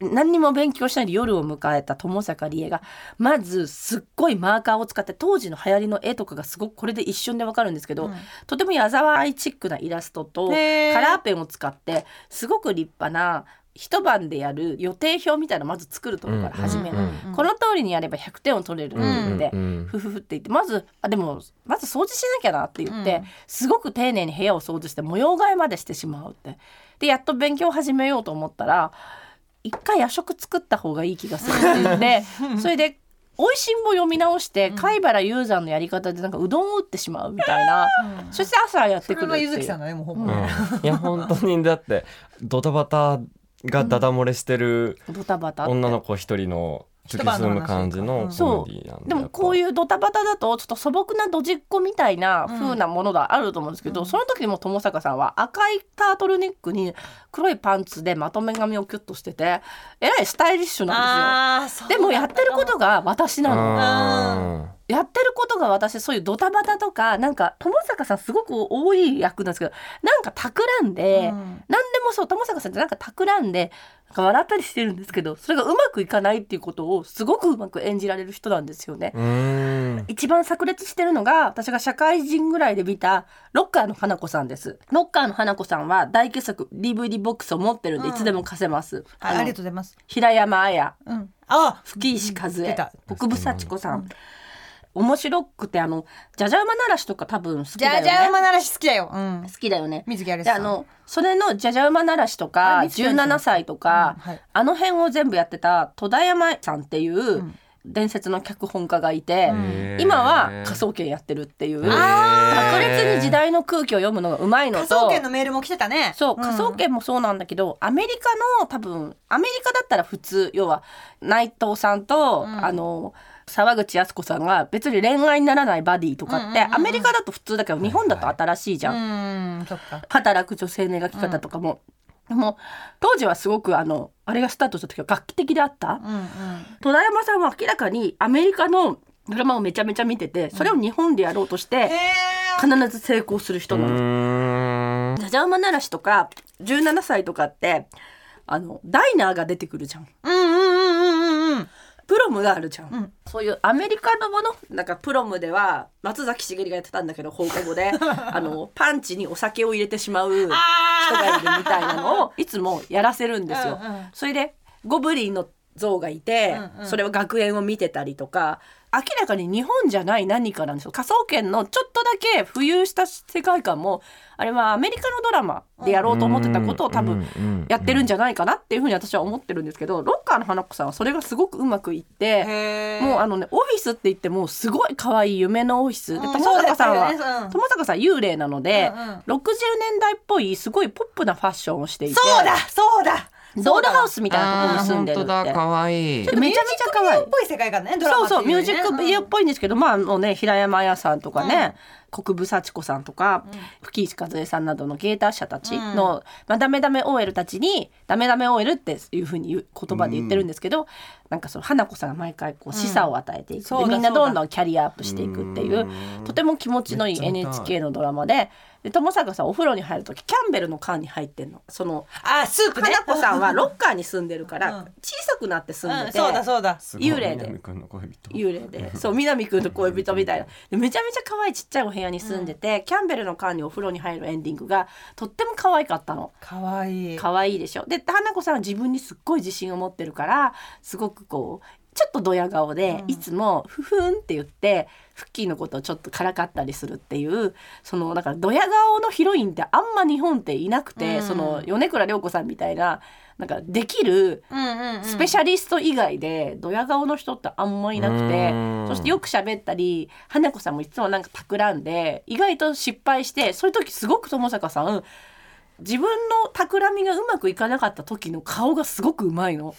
S1: 何にも勉強しないで夜を迎えた友坂理恵がまずすっごいマーカーを使って当時の流行りの絵とかがすごくこれで一瞬でわかるんですけど、
S4: うん
S1: とても矢沢愛チックなイラストとカ
S4: へー
S1: ラーペンを使ってすごく立派な一晩でやる予定表みたいなのをまず作るところから始める、
S2: うんうんうん
S1: この通りにやれば100点を取れるって言って、
S2: うんうんうん
S1: ふふふって言ってまずあでもまず掃除しなきゃなって言って、
S4: うん
S1: すごく丁寧に部屋を掃除して模様替えまでしてしまうってでやっと勉強を始めようと思ったら一回夜食作った方がいい気がするって言って
S4: [laughs]
S1: それで「おいしんぼ」読み直して貝原雄山のやり方でなんかうどんを打ってしまうみたいな、そして朝やっ
S4: そ
S1: て
S4: れ
S1: くる
S4: は
S1: ってい
S4: ゆずきさん
S1: う。
S4: だねもうほ
S1: う
S4: ぼ
S1: ん
S4: ね
S2: いや本当にだってドタバタがダダ漏れしてる
S1: ドタバタって
S2: 女の子一人の突き進む感じのコメディなん
S1: でもこう
S2: う
S1: いうドタバタだとちょっと素朴なドジっ子みたいな風なものがあると思うんですけど、その時も友坂さんは赤いタートルネックに黒いパンツでまとめ髪をキュッとしててえらいスタイリッシュなん
S4: あそ
S1: で
S4: う
S1: すよ。でもやってることが私なの。
S2: あ
S1: やってることが私そういうドタバタとかなんか友坂さんすごく多い役なんですけどなんか企んで、
S4: うん
S1: 何でもそう友坂さんってなんか企んでなんか笑ったりしてるんですけどそれがうまくいかないっていうことをすごくうまく演じられる人なんですよね。
S2: うーん
S1: 一番炸裂してるのが私が社会人ぐらいで見たロッカーの花子さんですロッカーの花子さんは大傑作 DVD ボックスを持ってるんでいつでも貸せます、
S4: ああ
S1: の
S4: りがとうございます
S1: 平山綾
S4: うんあ
S1: 吹石和
S4: 出
S1: 恵
S4: た
S1: 国分幸子さん、面白くてあのじゃじゃ馬鳴らしとか多分好き
S4: じ
S1: だ
S4: ゃあじゃあ
S1: よね
S4: 馬ならし好きだようん
S1: 好きだよね
S4: 水木有
S1: で
S4: さん
S1: あのそれのじゃじゃ馬ならしと
S4: あ
S1: か
S4: 見てたんですね
S1: 17歳とか、
S4: うんはい
S1: あの辺を全部やってた戸田山さんっていうん伝説の脚本家がいて、
S2: へー
S1: 今は科捜研やってるっていう
S2: へー
S1: 炸裂に時代の空気を読むのがうまいの
S4: 科
S1: と
S4: 捜研のメールも来てたね
S1: そう科捜研もそうなんだけど、アメリカの多分アメリカだったら普通要は内藤さんと、あの沢口靖子さんが別に恋愛にならないバディとかって、アメリカだと普通だけど日本だと新しいじゃん。
S4: うんそっか
S1: 働く女性の描き方とかも、もう当時はすごくあのあれがスタートした時は画期的であった、
S4: うんうん
S1: 戸田山さんは明らかにアメリカのドラマをめちゃめちゃ見ててそれを日本でやろうとして
S4: へ
S1: 必ず成功する人
S2: う
S1: なんです。
S2: ーん
S1: じゃじゃ馬ならしとか17歳とかってあのダイナーが出てくるじゃん
S4: うんうんうんうんうんうん
S1: プロムがあるじゃん、
S4: うん
S1: そういうアメリカのものなんかプロムでは松崎しげりがやってたんだけど放課後
S4: [laughs]
S1: であのパンチにお酒を入れてしまう人がいるみたいなのをいつもやらせるんですよ。
S4: うんうん
S1: それでゴブリンの像がいて、
S4: うんうん
S1: それを学園を見てたりとか明らかに日本じゃない何かなんですよ科捜研のちょっとだけ浮遊した世界観もあれはアメリカのドラマでやろうと思ってたことを多分やってるんじゃないかなっていうふうに私は思ってるんですけどロッカーの花子さんはそれがすごくうまくいって
S4: へー
S1: もうあのねオフィスって言ってもうすごい可愛い夢のオフィスで
S4: うん
S1: 友坂さんは
S4: そうだよねうん
S1: 友坂さん幽霊なので
S4: うんうん
S1: 60年代っぽいすごいポップなファッションをしていて
S4: そうだそうだ
S1: ドールハウ
S4: ス
S1: スみたいなところ
S2: あ
S1: に
S2: ー
S1: 住ん
S2: 本
S1: でるっ
S2: 当
S1: て
S2: だ可愛い
S1: でめちゃめちゃ可愛い
S4: っぽい世界観ねドラ
S1: そ
S4: マ
S1: うそうミュージックビデオ
S4: っ
S1: っぽいんですけど、まあもうね平山綾さんとかね、国分幸子さんとか、吹石和恵さんなどの芸達者たちの、まあ、ダメダメ OL たちにダメダメ OL っていうふうに言う言葉で言ってるんですけど、なんかその花子さんが毎回こう示唆を与えていく、
S4: そうだ
S1: でみんな
S4: そうだ
S1: どんどんキャリアアップしていくっていう
S2: うん
S1: とても気持ちのいい
S2: めっちゃ見たい
S1: NHK のドラマでで友坂さんお風呂に入る時キャンベルの缶に入ってんの。その
S4: あスープね
S1: 花子さんはロッカーに住んでるか
S4: う
S1: ら
S4: ん
S1: 小さくなって住ん
S4: う
S1: で
S4: ん
S1: て、
S4: そうだそうだ
S2: すごい
S1: 幽霊で
S2: 南くんの恋人
S1: 幽霊でそう南くんと恋人みたいなでめちゃめちゃ可愛いちっちゃいお部屋に住んでて、キャンベルの缶にお風呂に入るエンディングがとっても可愛かったの
S4: かわいい
S1: 可愛いでしょで花子さんは自分にすっごい自信を持ってるからすごくこうちょっとドヤ顔で、いつも「ふふん」って言ってフッキーのことをちょっとからかったりするっていうそのだからドヤ顔のヒロインってあんま日本っていなくて、
S4: うん
S1: その米倉涼子さんみたいななんかできる
S4: うんうんうん
S1: スペシャリスト以外でドヤ顔の人ってあんまいなくて
S2: うん
S1: そしてよく喋ったり花子さんもいつもなんか企んで意外と失敗してそういう時すごく友坂さん自分の企みがうまくいかなかった時の顔がすごくうまいの。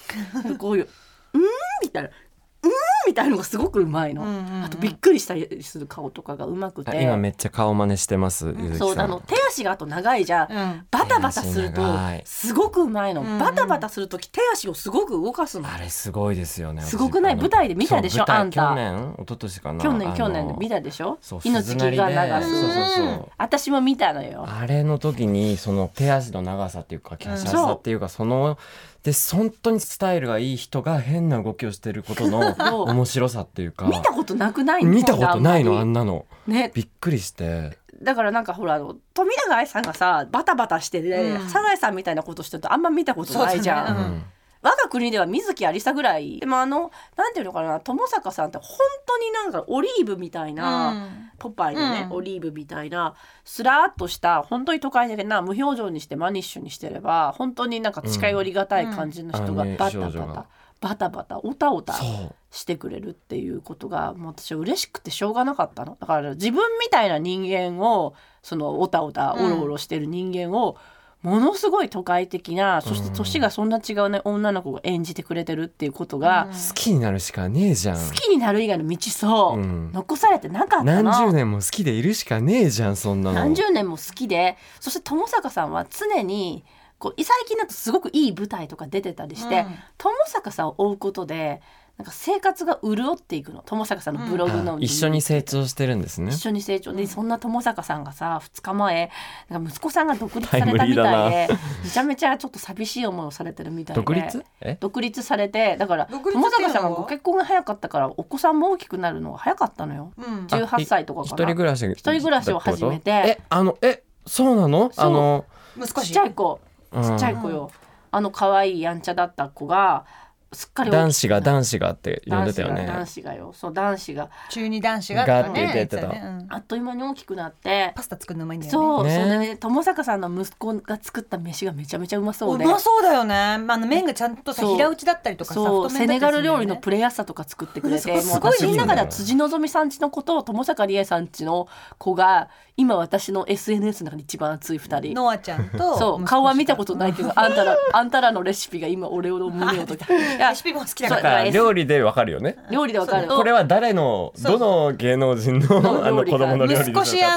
S1: こういう「うーん」みたいな「うーん」みたいのがすごくうまいの、
S3: うんうんうん
S1: あとびっくりしたりする顔とかがうまく
S2: あ
S1: て
S2: 今めっちゃ顔真似してます、ゆずきさん
S1: そうあの手足があと長いじゃん、
S3: うん
S1: バタバタする
S2: 手
S1: と
S2: 足長い
S1: すごくうまいの、
S3: うんうん
S1: バタバタする時手足をすごく動かすの
S2: あれすごいですよね
S1: すごくない
S2: 私
S1: 舞台で見たでしょ
S2: そう舞台
S1: あんた
S2: 去年一昨年かな
S1: 去年
S2: あの
S1: 去年見たでしょ
S2: そう
S1: 命木が流
S2: 鈴なりでそう
S1: す
S2: そうそう
S1: 私も見たのよ
S2: あれの時にその手足の長さっていうか華奢さっていうかそので本当にスタイルがいい人が変な動きをしてるこ
S1: [laughs]
S2: との
S1: そう
S2: 面白さっていうか
S1: 見たことなくない
S2: 見たことないのあ
S1: あん
S2: んなの
S1: ね
S2: びっくりして
S1: だからなんかほらあの富永愛さんがさバタバタしてね、
S3: うん
S1: サザエさんみたいなことしてるとあんま見たことないじゃん、
S3: そうだね
S2: うん
S1: 我が国では水木有りさぐらいでもあのなんていうのかな友坂さんって本当になんかオリーブみたいな、ポパイのね、
S3: うん
S1: オリーブみたいなスラーっとした本当に都会的な無表情にしてマニッシュにしてれば本当になんか近寄りがたい感じの人が
S2: うんうん
S1: バタ
S2: あの
S1: バ
S2: ね少女が
S1: タバタバタオタオタ
S2: そう
S1: してくれるっていうことがもう私は嬉しくてしょうがなかったのだから自分みたいな人間をそのオタオタ
S3: うん
S1: オロオロしてる人間を、ものすごい都会的なそして年がそんな違うね女の子が演じてくれてるっていうことが、
S2: 好きになるしかねえじゃん
S1: 好きになる以外の道そう、
S2: うん
S1: 残されてなかったの
S2: 何十年も好きでいるしかねえじゃんそんなの
S1: 何十年も好きでそして友坂さんは常にこう最近だとすごくいい舞台とか出てたりして、友坂さんを追うことでなんか生活が潤っていくの友坂さんのブログの、
S2: あ一緒に成長してるんですね
S1: 一緒に成長でそんな友坂さんがさ2日前なんか息子さんが独立さ
S2: タイ
S1: れ
S2: ム
S1: た
S2: リ
S1: み
S2: ーだな
S1: たいでめちゃめちゃちょっと寂しい思いをされてるみたいで
S2: 独立え
S1: 独立されてだから
S3: 独立
S1: 友
S3: っていうのは
S1: 坂さんがご結婚が早かったからお子さんも大きくなるのが早かったのよ
S3: うん
S2: あ
S1: 18歳とかかな
S2: 一人暮らし一
S1: 人暮らしを始めて
S2: えあのえそうなの
S1: そう
S2: あの
S1: ちっちゃい子
S2: うん
S1: ちっちゃい子よ、あの可愛いやんちゃだった子がすっかり
S2: 男子が
S1: 男
S2: 男子がって呼んでたよ
S1: 子が
S2: ね
S1: 男子がよそう男子が
S3: 中二男子が
S2: が
S3: とか
S2: って言ってた
S3: 言ねうん
S1: あっという間に大きくなって
S3: パスタ作るのうまいんだよね
S1: そう、
S2: ね
S1: それでね友坂さんの息子が作った飯がめちゃめちゃうまそう
S3: う
S1: で
S3: まそうだよね、まあ、あの麺がちゃんとさ
S1: そう
S3: 平打ちだったりとかさ
S1: そう
S3: 太
S1: セ
S3: 麺だ
S1: ネ
S3: った
S1: ガ
S3: りす
S1: ル
S3: るんだよ
S1: 料理の
S3: ね
S1: プレアさとか作ってくれて
S3: う
S1: も
S3: ん
S1: う
S3: そこ
S1: 私
S3: すごい
S1: の
S3: ね
S1: 中では辻希美さんちのことを友坂理恵さんちの子が今私の SNS の中に一番熱い二人
S3: ノアちゃんと
S1: [laughs] そう顔は見たことないけどあんたらあんたらのレシピが今俺の胸をとき
S3: [laughs] レシピ本好きだ
S2: だ
S1: そ
S3: か
S2: か
S1: う
S3: ら
S2: ら料理でわかるよね
S1: 料理でわかる
S2: これは誰の
S3: そう
S2: どの芸能人の
S1: の
S2: あの子供の料理
S3: 息子
S2: で
S3: し
S2: しょ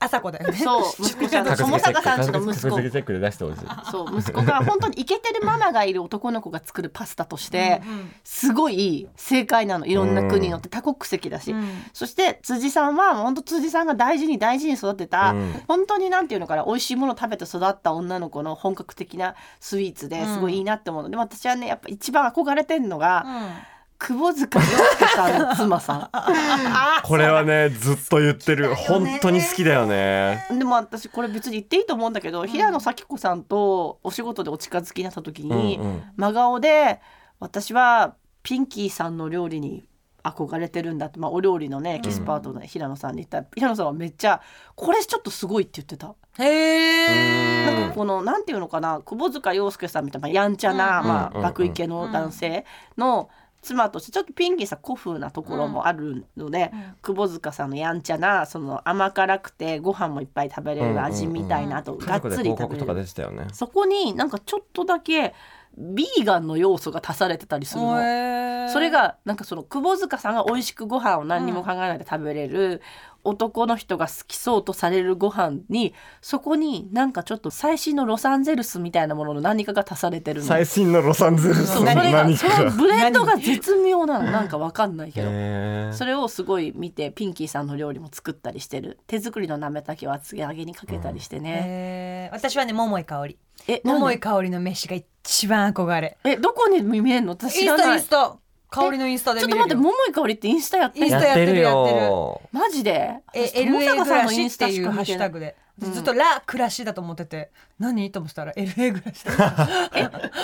S3: 朝子だよね
S1: そう息子さん
S2: 格付
S1: 友
S2: けチェッ
S1: 坂
S2: ク
S1: さんちの
S2: 格
S1: 息
S2: 付
S1: 子
S2: けチェックで出してほしい
S1: そう息子が本当にイケてるママがいる男の子が作るパスタとして
S3: うんうん
S1: すごい正解なのいろんな国のって多国籍だし、
S3: うん
S1: そして辻さんは本当辻さんが大事に大事に育てた、
S2: うん
S1: 本当になんていうのかな美味しいものを食べて育った女の子の本格的なスイーツですごいいいなって思うので、も私はねやっぱ一番憧れてるのが、窪塚洋介さんの妻さん。
S3: [laughs]
S2: これはねずっと言ってる本当に好きだよね
S1: でも私これ別に言っていいと思うんだけど、平野咲子さんとお仕事でお近づきになった時に、
S2: うんうん
S1: 真顔で私はピンキーさんの料理に憧れてるんだって、まあ、お料理のねエキスパートの平野さんに言ったら、平野さんはめっちゃこれちょっとすごいって言ってた。
S3: へえ
S1: なんかこのなんていうのかな窪塚洋介さんみたいなやんちゃな、
S3: うん
S1: ま
S2: うん
S1: あ、爆イケの男性の妻としてちょっとピンキーさん古風なところもあるので、
S3: うん
S1: 窪塚さんのやんちゃなその甘辛くてご飯もいっぱい食べれる味みたいな、あとが
S2: 家
S1: っ
S2: 族で
S1: つり
S2: 広
S1: 食
S2: 告
S1: べ
S2: と
S1: れ
S2: か
S1: る
S2: でしたよね
S1: そこになんかちょっとだけビーガンの要素が足されてたりするの。それがなんかその窪塚さんが美味しくご飯を何にも考えないで食べれる、男の人が好きそうとされるご飯にそこになんかちょっと最新のロサンゼルスみたいなものの何かが足されてるの。
S2: 最新のロサンゼルス
S1: そうそ
S2: の
S1: れが
S2: 何
S1: そ
S2: か
S1: のブレンドが絶妙なのなんかわかんないけど。
S2: へー
S1: それをすごい見てピンキーさんの料理も作ったりしてる手作りのなめたけを厚揚げにかけたりしてね、
S3: へー私はね桃井香織
S1: え
S3: 桃井
S1: 何
S3: 香織の飯が一番憧れ
S1: えどこに見えんの私
S3: イ
S1: 知ら
S3: ンスタ
S1: な
S3: イ
S1: い
S3: ンス
S1: ち
S3: タ香織のインスタで
S1: ょっ
S3: 見れ
S1: と待っ
S3: るよ
S1: て桃井かおりってインスタやってん
S3: イン
S1: の
S3: スタ
S2: やってるよ
S1: マジで
S3: え
S1: 私
S3: LA
S1: 友坂
S3: 暮
S1: さん
S3: ら
S1: のイ
S3: し
S1: ン
S3: っ
S1: ス
S3: て
S1: タ
S3: い
S1: し
S3: う
S1: か
S3: ハッ
S1: 見
S3: シ
S1: て
S3: ュ
S1: な
S3: タ
S1: い
S3: グで、
S1: うん
S3: ずっとラ暮らしだと思ってて何と思ってたら LA 暮らしだ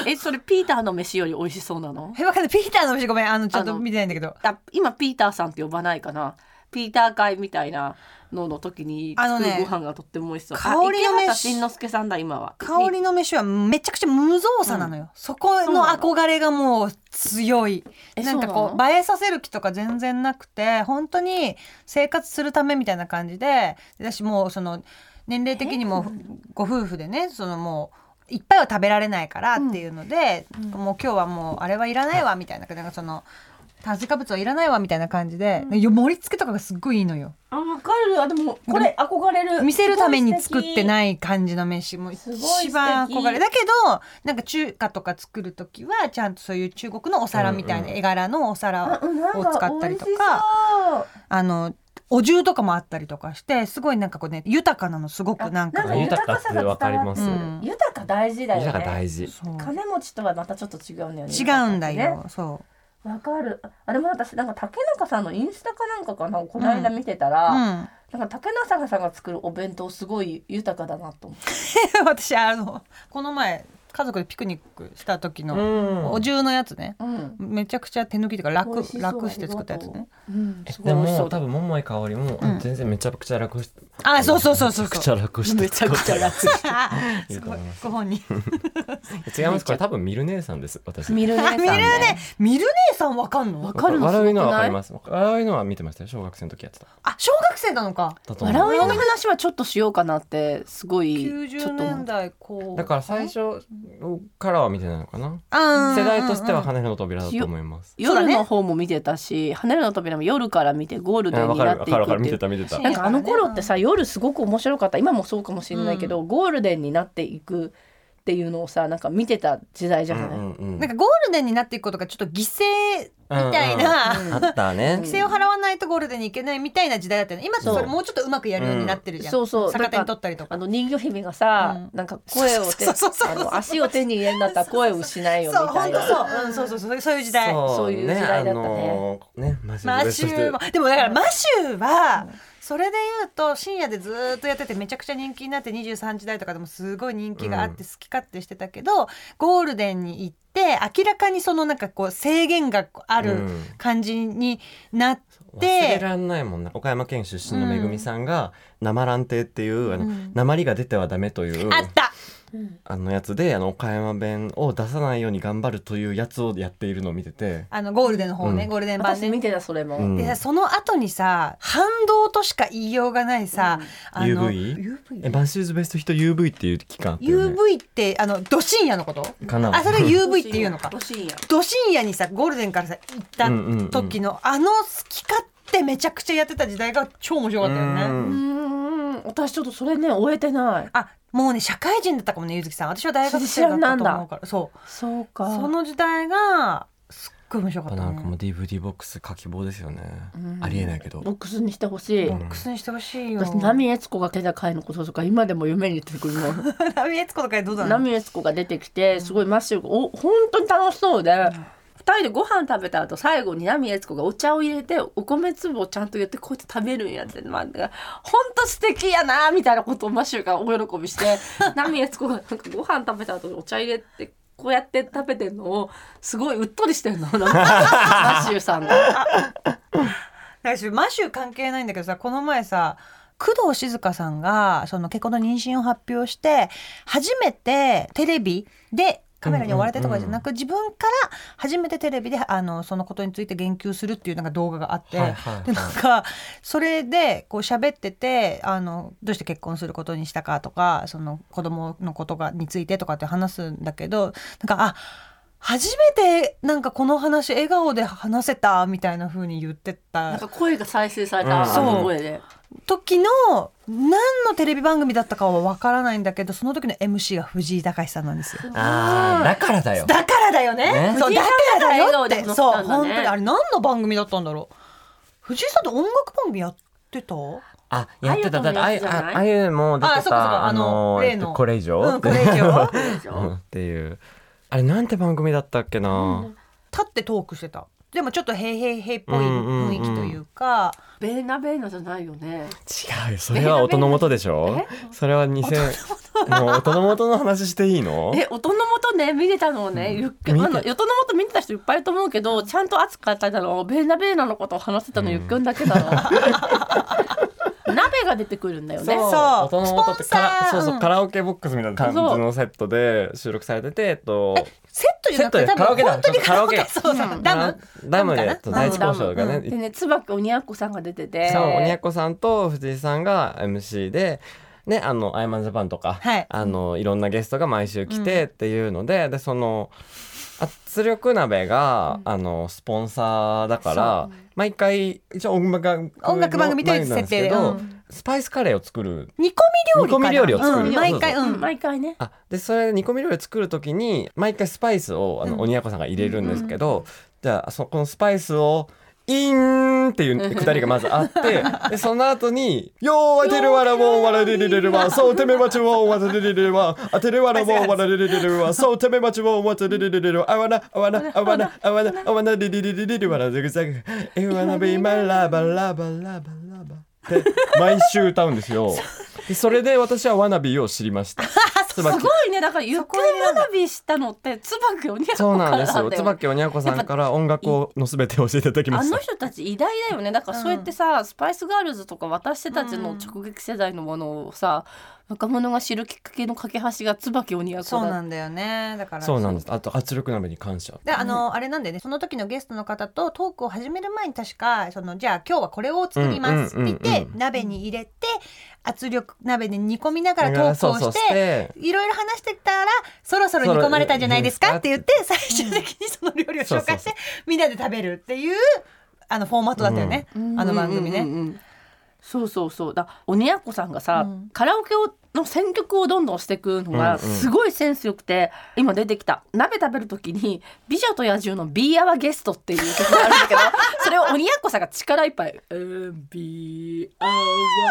S1: えそれピーターの飯より美味しそうなの
S3: えわかんないピーターの飯ごめんあのちょっと見てないんだけど
S1: あ今ピーターさんって呼ばないかなピーター会みたいなのの時に
S3: あの
S1: 作
S3: ね
S1: るご飯がとっても美味しそうあ
S3: 香り
S1: 池
S3: の飯
S1: 畑慎之介さんだ今は
S3: 香りの飯はめちゃくちゃ無造作なのよ、そこの憧れがもう強い
S1: え
S3: なんか
S1: そ
S3: こ
S1: う
S3: う
S1: な
S3: 映えさせる気とか全然なくて本当に生活するためみたいな感じで私もうその年齢的にもご夫婦でねそのもういっぱいは食べられないからっていうので、もう今日はもうあれはいらないわみたいななんかその炭水化物はいらないわみたいな感じで、いや盛り付けとかがすっごいいいのよ
S1: あわかるあでもこれ憧れる
S3: 見せるために作って
S1: い
S3: ない感じの飯も一
S1: ごい素敵
S3: 番憧れだけどなんか中華とか作る時はちゃんとそういう中国のお皿みたい
S2: う
S3: な
S2: んうん
S3: 絵柄のお皿を使ったりとか
S1: か
S3: あのお重とかもあったりとかしてすごいなんかこうね豊かなのすごくなんか
S1: あ
S2: あ
S1: なんか
S2: 豊かってわかります。
S3: うん
S1: 豊か大事だよね
S2: 豊か大事。
S3: そう
S1: 金持ちとはまたちょっと違うんだよね
S3: 違うんだ
S1: ね
S3: よそう
S1: わかるあでも私なんか竹中さんのインスタかなんかかなこの間見てたら、
S3: うん
S1: なんか竹中さんが作るお弁当すごい豊かだなと思って
S3: [laughs] 私あのこの前家族でピクニックした時のお重のやつね
S1: うん、
S3: めちゃくちゃ手抜きとか
S1: 美
S3: 楽
S1: 味しそう
S3: 楽して作ったやつね
S1: うん
S2: え
S1: すごい
S2: で
S1: 美味しそ
S2: も
S1: う
S2: 多分桃井かおりも
S3: うん
S2: 全然めちゃくちゃ楽して
S3: あそうそうそうそう
S2: めちゃくち
S3: そう
S2: ゃ楽して
S1: めちゃくちゃ楽
S3: あ
S2: いい
S3: す
S2: と
S3: ご
S2: 思
S3: い
S2: います
S3: ご本人
S2: 違いますこれ多分ミル姉さんです私。
S1: 見るね
S3: あミルネミル姉さんわかん
S1: わ
S3: の
S1: かるのすごく
S2: 笑うのはわか
S1: な
S2: り
S1: い
S2: ます。笑うのは見てましたよ小学生の時やってた。
S3: あ小学生なのか
S2: だと思う
S1: 笑うよの話はちょっとしようかなってすごいちょ
S3: 90
S1: っと思っ
S3: 年
S1: た
S3: 代こう
S2: だから最初からは見てないのかな。世
S3: 世
S2: 代としては跳ねるの扉だと思います。
S3: そうだ
S1: 夜
S3: ね
S1: の方も見てたし、跳ねるの扉も夜から見てゴール
S2: うん
S1: デン
S2: わ
S1: に
S2: か
S1: な
S2: る
S1: っ
S2: わ
S1: て
S2: か
S1: い
S2: る
S1: く
S2: わか
S1: って
S2: る見
S1: い
S2: て
S1: う
S2: た見てた
S3: 深。
S1: な
S3: 夜
S1: んかあの頃ってさ夜すごく面白かった今もそうかもしれないけど、ゴールデンになっていくっていうのをさなんか見てた時代じゃない、
S2: うん
S3: なんかゴールデンになっていくことがちょっと犠牲みたいな、
S1: うんうん
S2: あったね
S1: う。ん
S3: 規制を払わないとゴールデンに行けないみたいな時代だったよね今ってそ
S2: そ
S3: れ
S2: う
S3: もうちょっとうまくやるようになってるじゃん、
S1: そうそう
S3: 逆手に取ったりと
S1: あ
S3: か
S1: の人魚姫がさ、
S3: う
S1: なんか声を手
S3: そうそうそうそう
S1: あの足を手に入れんだったら声を失えよ
S3: そう
S1: みた
S3: 本
S1: い
S3: 当
S1: な
S3: そう、うん、そうそうそうそういう時代
S1: そういう時代だったね
S2: あのーねマシュ
S3: マ
S2: ー
S3: シ
S2: そし
S3: ュー
S2: て
S3: もでもだからマシューはそれで言うと深夜でずーっとやっててめちゃくちゃ人気になって23時代とかでもすごい人気があって好き勝手してたけど、ゴールデンに行って明らかにそのなんかこう制限があ
S2: う
S3: る
S2: ん
S3: 感じになって、
S2: 忘れらんないもんな岡山県出身のめぐみさんが「生蘭亭」っていうあの
S3: うん
S2: 鉛が出てはダメという
S3: あった
S2: あのやつであの岡山弁を出さないように頑張るというやつをやっているのを見てて
S3: あのゴールデンの方ね、
S2: うん
S3: ゴールデン版
S1: 私
S3: ね
S1: 見てたそれも、
S2: うん
S3: でさその後にさ反動としか言いようがないさ、あの
S2: UV
S3: UV
S2: えマシューズベストヒット UV っていう期間あったよね
S3: UV ってあのド深夜のこと
S2: かな
S3: あそれ UV っていうのか
S1: 欲しいや
S3: ド深夜にさゴールデンからさ行った
S2: うんうんうん
S3: 時の、あの好き勝手めちゃくちゃやってた時代が超面白かったよね。
S2: うん
S1: うん私ちょっとそれね終えてない
S3: あもうね社会人だったかもねゆずきさん私は大学生だったと思うからそう
S1: そうか
S3: その時代がすっごい面白
S2: やっ
S3: かっ
S2: ぱ
S3: た
S2: なんかもう
S3: ね。
S2: DVD ボックス書き棒ですよね、
S1: うん
S2: ありえないけど
S1: ボックスにしてほしい、
S3: ボックスにしてほしいよ。
S1: 私波江悦子が手高いのこととか今でも夢に出てくるの
S3: [laughs] 波悦子とかどうだろう
S1: 波江悦子が出てきてすごいマッシュルがお本当に楽しそうで、二人でご飯食べた後最後に波江悦子がお茶を入れてお米粒をちゃんとやってこうやって食べるんやってまあだから本当素敵やなみたいなことをマッシュルがお喜びして
S2: [laughs]
S1: 波江悦子がなんかご飯食べた後にお茶入れてこうやって食べてるのをすごいうっとりしてる
S2: [laughs]
S1: のなんかマッシュルさんが。
S3: だしマシュー関係ないんだけどさこの前さ工藤静香さんがその結婚の妊娠を発表して初めてテレビでカメラに追われてとかじゃなく、自分から初めてテレビであのそのことについて言及するっていうなんか動画があって、
S2: はいはいはい
S3: でなんかそれでこう喋っててあのどうして結婚することにしたかとかその子供のことがについてとかって話すんだけどなんかあ初めてなんかこの話笑顔で話せたみたいな風に言ってた
S1: なんか声が再生された、
S2: うん
S1: あの声で
S3: 時の何のテレビ番組だったかは分からないんだけどその時の MC が藤井隆さんなんで
S1: [laughs]
S3: すよ。
S2: あーだからだよ
S3: だからだよね
S2: ね
S3: そう
S1: 藤井
S3: だ
S1: さん
S3: からだよっ
S1: だから笑顔で
S3: て、
S1: 乗った
S3: そうん
S1: だね
S3: 本当にあれ何の番組だったんだろう藤井さんって音楽番組やってた
S2: あやってただってあ
S1: あ
S2: あ
S1: ゆとのやつじゃない
S2: ああゆも出て
S3: あそ
S2: た
S3: うかそうか
S2: あの
S3: あの
S2: ーえっ
S3: 例
S2: と
S3: の
S2: これ以上、
S3: うんこれ以上
S1: でし
S2: うん
S1: ょ
S2: [laughs] っていうあれなんて番組だったっけな、
S3: 立ってトークしてたでもちょっとへいへいへいっぽい雰囲気というか、
S1: ベーナベーナじゃないよね
S2: 違うよそれは音の元でしょそれは2000もう音の元の話していいの
S1: え音の元ね見てたのをね、ゆっくり
S2: 見
S1: あ
S2: て
S1: の音の元見てた人いっぱいいると思うけどちゃんと熱く語ったのベーナベーナのことを話してたのゆっくんだけだの
S2: [laughs]
S1: 鍋が出てくるんだよね
S3: そう
S2: 音の元って
S3: スポンサ
S2: か
S3: ー
S2: らそう
S3: う
S2: そ
S3: ん
S2: うカラオケボックスみたいな感じのセットで収録されててえっと
S3: セットじゃなくて
S2: セットでカラ
S3: 多
S2: オケ
S3: 分
S2: だ
S3: 本当にカラオケ
S2: そう
S3: そうそう、
S1: うん
S3: ダム
S2: ダムでえっと
S3: ダ
S2: 第
S3: ム
S2: 一
S3: か
S2: 交渉がね
S1: でね椿鬼奴さんが出てて
S2: そう、鬼奴さんと藤井さんが MC で、ね、あの、アイマンジャパンとか、
S3: はい
S2: あの、いろんなゲストが毎週来てっていうので、で、その、圧力鍋が、あのスポンサーだから毎回一応音楽が
S3: 音楽番組という
S2: なんですけ
S3: 設定でう
S2: どスパイスカレーを作る
S3: 煮込み料理かな
S2: 煮込み料理を作る
S3: うん毎回
S2: そう
S1: うんん、毎回ね
S2: あでそれ煮込み料理を作る時に毎回スパイスをあの鬼奴さんが入れるんですけど、じゃあそこのスパイスを「イン」っていうくだりがまずあってでその後に「ようあてるわらぼんわられれれれわそうてめまちぼんわられれれれわあてるわらぼんわられれれれわそうてめまちぼんわられれれれれわあわなあわなあわなあわなあわなれれれれれれわらずぐざぐえわなべまらばらばらばらば」って毎週歌うんですよ。でそれで私はわなびを知りました。す
S1: すごいねだからゆっくり学びしたのって椿鬼奴
S2: そう
S1: か
S2: なん
S1: ら
S2: ですよ。
S1: だよね
S2: 椿おにゃこさんから音楽をのすべて教えていただきま
S1: あ
S2: し
S1: の
S2: た。
S1: 人たち偉大だよねだからそうやってさ、スパイスガールズとか私たちの直撃世代のものをさ、若者が知るきっかけの架け橋が椿鬼奴
S3: そうな
S1: だ
S3: んだよねだから
S2: そうなんです。あと圧力鍋に感謝。
S3: であの、あれなんでねその時のゲストの方とトークを始める前に確かそのじゃあ今日はこれを作りますって言って、
S2: うんうんうんうん
S3: 鍋に入れて圧力鍋で煮込みながら
S2: だ
S3: ト
S2: か
S3: ー
S2: ら
S3: ク
S2: そう
S3: を
S2: そう
S3: して
S2: して。
S3: いろいろ話してたらそろそろ煮込まれたんじゃないですかって言って最終的にその料理を紹介してみんなで食べるっていうあのフォーマットだったよね、あの番組ね。
S1: うんうんうんうんそうそうそうだ鬼奴さんがさ、
S3: うん
S1: カラオケをの選曲をどんどんしていくの
S2: う
S1: が
S2: んうん
S1: すごいセンスよくて、今出てきた鍋食べる時に「美女と野獣」の「ビーアワゲスト」っていう曲があるんだ
S3: [laughs]
S1: けどそれを鬼奴さんが力いっぱい「ビーア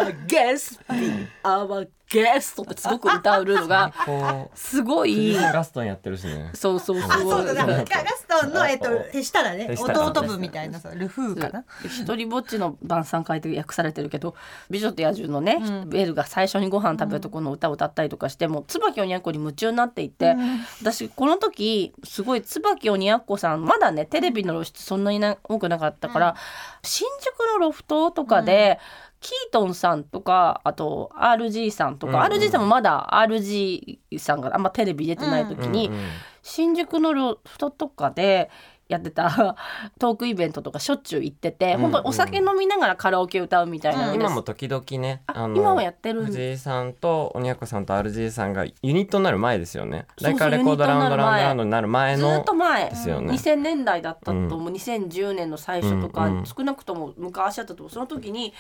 S1: ワゲスト」「ビーアワゲスト」ってすごく歌うのが
S2: こう。
S1: すご
S3: [laughs]
S1: い
S2: ガストンやってるしね。
S1: そうそうそう
S3: あそうだだから
S2: そう
S3: ガストンの、えっと、手下だね
S2: 手下だ
S3: 弟分みたいなさルフーかな。
S1: 一人ぼっちの晩餐会で訳されてるけど「美女と野獣」のね、ベルが最初にご飯食べるとこの歌を歌ったりとかして、もう椿鬼奴に夢中になっていて、私この時すごい椿鬼奴さんまだねテレビの露出そんなにな多くなかったから、新宿のロフトとかで、キートンさんとかあと RG さんとか、
S2: うんうん
S1: RG さんもまだ RG さんがあんまテレビ出てない時に、
S2: うんうん
S1: 新宿のロフトとかでやってた [laughs] トークイベントとかしょっちゅう行ってて、
S2: ん
S1: 本当にお酒飲みながらカラオケ歌うみたいなので
S2: 今も時々ね、
S1: あ今はやってるんだ
S2: 藤井さんとおにゃこさんと RG さんがユニットになる前ですよね。
S1: そうそう
S2: 大会レコードラウンドラウンドラウンド
S1: ユ
S2: になる前
S1: ず
S2: の。
S1: ーっと前、
S2: ですよね
S1: 2000年代だったと思う、
S2: う
S1: 2010年の最初とか、
S2: うんうん
S1: 少なくとも昔だったと思うその時に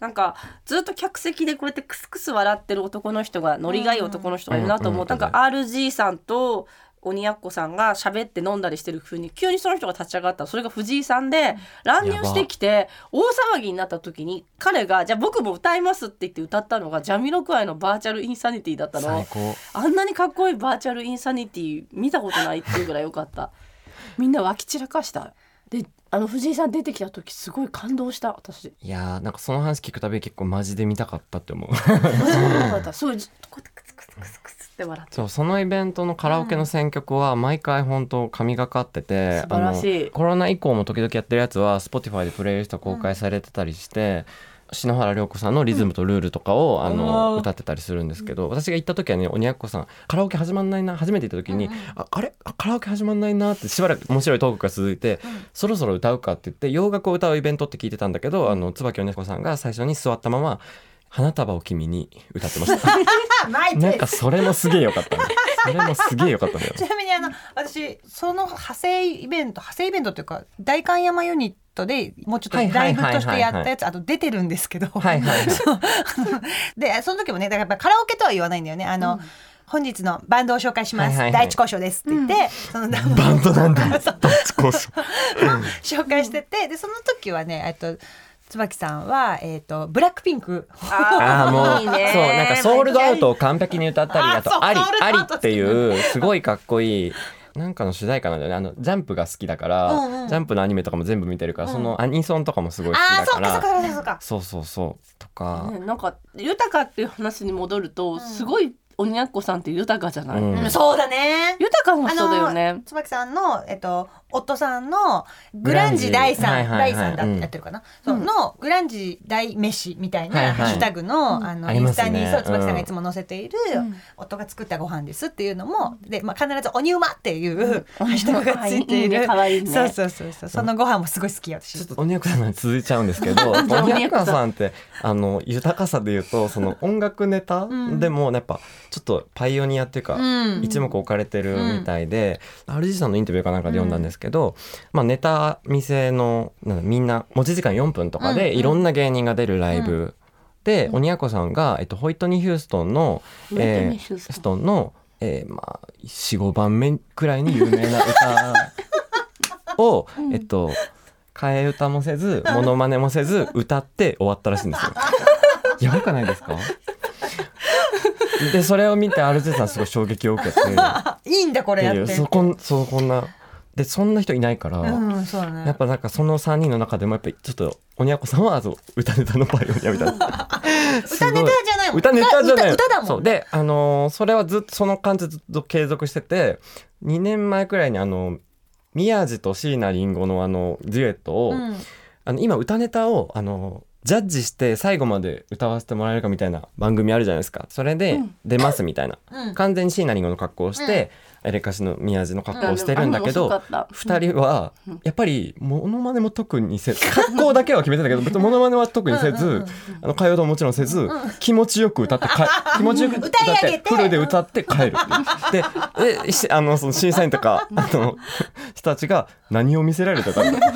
S1: なんかずっと客席でこうやってクスクス笑ってる男の人がノリがいい男の人がいるなと思う、
S2: うんう
S1: なんんか RG さんと鬼奴さんが喋って飲んだりしてる風に急にその人が立ち上がったそれが藤井さんで乱入してきて大騒ぎになった時に彼が「じゃあ僕も歌います」って言って歌ったのがジャミロクワイのバーチャルインサニティだったの
S2: 最。高。
S1: あんなにかっこいいバーチャルインサニティ見たことないっていうぐらい良かった。みんな湧き散らかした。で、あの藤井さん出てきた時すごい感動した私。
S2: いやーなんかその話聞くたびに結構マジで見たかったって思う。
S1: マジで良
S2: [laughs]
S1: かった。そうじこうやってクスクスクスクスって笑って。
S2: そうそのイベントのカラオケの選曲は毎回本当神がかってて、
S1: 素晴らしい
S2: あのコロナ以降も時々やってるやつは Spotify でプレイリスト公開されてたりして、篠原涼子さんのリズムとルールとかを、あの歌ってたりするんですけど私が行った時はね鬼奴さんカラオケ始まんないな初めて行った時に、ああれあカラオケ始まんないなってしばらく面白いトークが続いて、そろそろ歌うかって言って洋楽を歌うイベントって聞いてたんだけどあの椿鬼奴さんが最初に座ったまま「花束を君に」歌ってました。
S3: あマイペ
S2: [laughs]
S3: ー
S2: な
S3: ス
S2: んかそれもすげえ良かった [laughs] ね。それもすげえ良かったね。
S3: ちなみにあの私その派生イベント派生イベントっていうか代官山ユニットでもうちょっと
S2: はいは
S3: ラ
S2: い
S3: イブ
S2: はいはい
S3: としてやったやつあと出てるんですけど、
S2: はいはいはい
S3: [laughs] そうでその時もねだからやっぱカラオケとは言わないんだよねあの、本日のバンドを紹介します、
S2: はいはいはい
S3: 第一交渉ですって言って、その
S2: バンドなんだ。どっちこ [laughs] そ。
S3: [laughs] 紹介しててでその時はねえっと椿さんは、えっとブラックピンク
S2: ああもう
S1: いい
S2: そう
S1: ね
S2: なんかソールドアウトを完璧に歌ったりだ
S3: あそう
S2: とあり
S3: ソールドア
S2: あり
S3: ウト
S2: っていうすごいかっこいい。なんかの主題歌なんだよね。あのジャンプが好きだから、
S3: うんうん
S2: ジャンプのアニメとかも全部見てるから、そのアニソンとかもすごい好き
S3: ああ
S2: だか
S3: そうかそう
S2: ら。
S3: かそ
S2: そ
S3: うかそうか
S2: うそうそうとか。
S1: ね、なんか豊かっていう話に戻ると、すごい鬼奴さんって豊かじゃない。
S2: うん
S3: うんそうだね
S1: 豊かな人だよ
S3: あ
S1: ね
S3: の。椿さんの、えっと、夫さんのグランジ大さん
S2: グラン
S3: 大
S2: ジ
S3: さんだ
S2: はいはいはい
S3: やってるかな、そうのグランジ大飯みたい
S2: はいは
S3: ないハッシュタグの,、あ
S2: あ
S3: の
S2: り
S3: イン
S2: ま
S3: ス
S2: す
S3: タ
S2: ね
S3: に、そう椿さんがいつも載せている、夫が作ったご飯ですっていうのもで、まあ、必ず「鬼うま」っていうハッシュタグがついている、
S1: うん可愛いね可愛
S3: そ
S1: いね
S3: うそうそうそうそのご飯もすごい好きよ私
S2: ちょっとおにゃこさんの話続いちゃうんですけ
S1: [laughs]
S2: どおにゃこさんってあの豊かさで言うとその音楽ネタでもやっぱちょっとパイオニアっていうか、
S3: うん [laughs]
S2: 一目置かれてるみたいで、RG さんのインタビューかなんかで読んだんですけど、まあ、ネタ見せのなんだみんな持ち時間4分とか
S3: うんう
S2: で
S3: ん
S2: いろんな芸人が出るライブ。で鬼奴さんが、えっと、ホイットニー・ヒューストンの
S1: ホイットニーヒューストン
S2: ストンの、えーまあ、45番目くらいに有名な歌を、えっと替え歌もせずモノマネもせず歌って終わったらしいん
S3: [laughs]
S2: ですよ。やばくないですかでそれを見て RJ さんすごい衝撃を受け
S3: [laughs]
S2: てっ
S3: いいんだこ
S2: て
S3: れやっ
S2: い
S3: て
S2: うそこんそうこんなでそんな人いないから、
S3: うんそうだね
S2: やっぱなんかその3人の中でもやっぱりちょっと鬼奴さんはそう歌ネタのパイオニアみたいな
S3: [laughs] 歌ネタじゃないもん
S2: 歌ネタじゃない
S3: 歌歌だもん
S2: そうであのーそれはずっとその感じずっと継続してて2年前くらいにあの宮地と椎名林檎のあのデュエットを、
S3: うん
S2: あの今歌ネタをあのジャッジして最後まで歌わせてもらえるかみたいな番組あるじゃないですかそれで出ますみたいな、
S3: うん
S2: 完全に椎名林檎の格好をして、エレカシの宮地の格好をしてるんだけ
S1: うんでも
S2: ど、
S1: あんなの遅か
S2: 二人はやっぱりモノマネも特にせず格好だけは決めてたけど別にモノマネは特にせ
S3: うんうんう
S2: ず
S3: ん
S2: あの会話とももちろんせず気持ちよく歌ってか気持ちよく歌っ
S3: 歌い上げ
S2: て
S3: て
S2: フルで歌って帰るででしあのその審査員とかあの人たちが何を見せられ
S1: [laughs]
S2: たかみたいな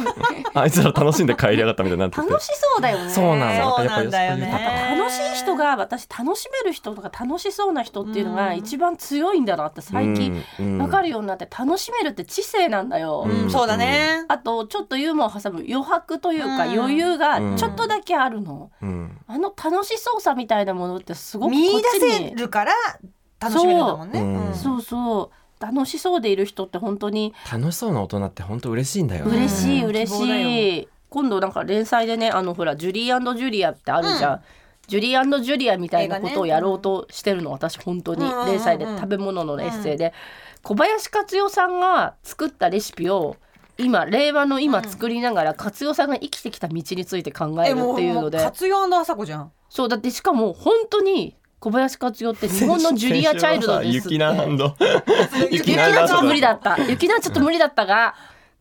S2: あいつら楽しんで帰りやがったみたいになってて
S1: 楽しそうだよね
S2: そうなのやっぱ
S4: そう
S2: やっぱ
S4: なんだよね
S2: 豊かな
S1: 楽しい人が私楽しめる人とか楽しそうな人っていうのが一番強いんだなって最近
S2: うんうん
S1: 分かるようになって楽しめるって知性なんだよ。
S2: うん
S4: そうだね。
S1: あとちょっとユーモアを挟む余白というか
S4: うん
S1: 余裕がちょっとだけあるの、
S2: うん
S1: あの楽しそうさみたいなものってすごくこっ
S4: 見出
S1: ちに
S4: せるから楽しめるんだもんね。
S2: そう
S4: うん
S2: うん
S1: そうそう楽しそうでいる人って本当に
S2: 楽しそうな大人って本当嬉しいんだよね
S1: 嬉しい
S4: うん
S1: 嬉
S4: 希望だ
S1: しい今度なんか連載でねあのほらジュリージュリアってあるじゃん、ジュリージュリアみたいなことをやろうとしてるの、私本当に
S4: うんうんうん
S1: 連載で食べ物のエッセイで小林克代さんが作ったレシピを今令和の今作りながら克代さんが生きてきた道について考えるっていうので
S3: 活用の朝子じゃん
S1: そうだってしかも本当に小林克代って日本のジュリア・チャイルドで
S4: [laughs]
S1: すって
S2: 雪菜ハンド雪
S1: 雪
S2: 菜
S1: 菜
S2: ハン
S1: ちょっ
S2: ド
S1: と無理だった雪菜ちょっと無理だったが